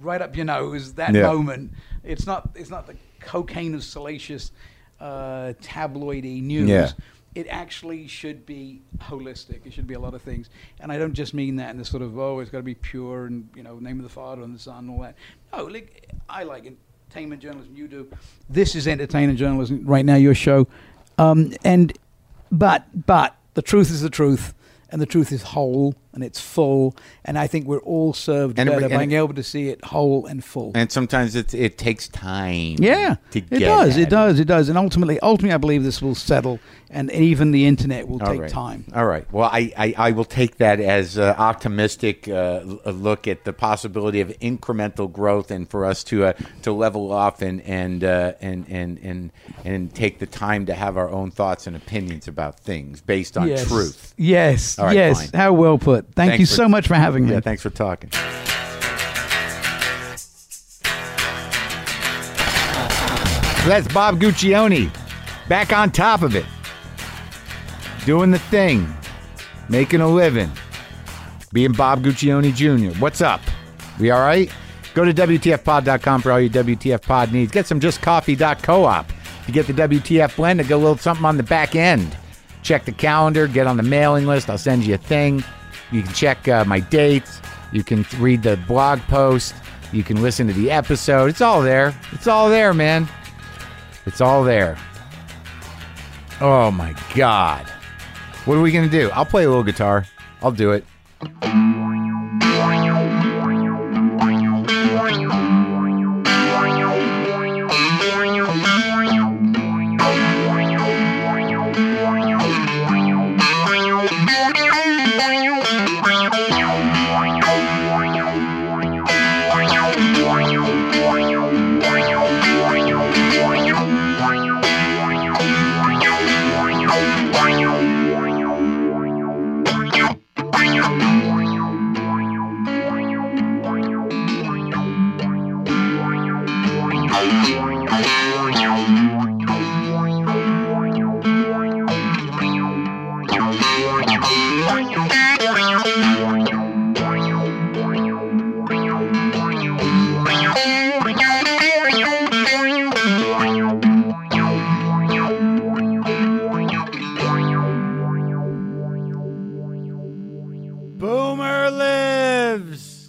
[SPEAKER 2] right up your nose that
[SPEAKER 1] Yeah.
[SPEAKER 2] moment. It's not. It's not the cocaine of salacious, uh, tabloidy news.
[SPEAKER 1] Yeah.
[SPEAKER 2] It actually should be holistic. It should be a lot of things, and I don't just mean that in the sort of oh, it's got to be pure and you know, name of the Father and the Son and all that. No, like I like entertainment journalism. You do. This is entertainment journalism right now. Your show, um, and but but the truth is the truth, and the truth is whole and it's full. And I think we're all served
[SPEAKER 1] And it-
[SPEAKER 2] better
[SPEAKER 1] and
[SPEAKER 2] by
[SPEAKER 1] it-
[SPEAKER 2] being able to see it whole and full.
[SPEAKER 1] And sometimes it it takes time.
[SPEAKER 2] yeah,
[SPEAKER 1] to
[SPEAKER 2] it
[SPEAKER 1] get
[SPEAKER 2] does.
[SPEAKER 1] at
[SPEAKER 2] It does. It does. And ultimately, ultimately, I believe this will settle, and even the internet will
[SPEAKER 1] All
[SPEAKER 2] take
[SPEAKER 1] right.
[SPEAKER 2] time.
[SPEAKER 1] All right. Well, I, I, I will take that as uh, optimistic uh, l- a look at the possibility of incremental growth and for us to uh, to level off and and, uh, and and and and take the time to have our own thoughts and opinions about things based on
[SPEAKER 2] yes.
[SPEAKER 1] truth.
[SPEAKER 2] Yes.
[SPEAKER 1] All right,
[SPEAKER 2] yes.
[SPEAKER 1] fine.
[SPEAKER 2] How well put. Thank
[SPEAKER 1] Thanks
[SPEAKER 2] you
[SPEAKER 1] for-
[SPEAKER 2] so much for having me.
[SPEAKER 1] Yeah. Thanks for talking. So that's Bob Guccione back on top of it, doing the thing, making a living, being Bob Guccione Jr. What's up? We all right? Go to WTFpod.com for all your WTF pod needs. Get some justcoffee.coop to get the WTF blend and get a little something on the back end. Check the calendar, get on the mailing list. I'll send you a thing. You can check uh, my dates. You can read the blog post. You can listen to the episode. It's all there. It's all there, man. It's all there. Oh my God. What are we going to do? I'll play a little guitar. I'll do it. Boomer lives.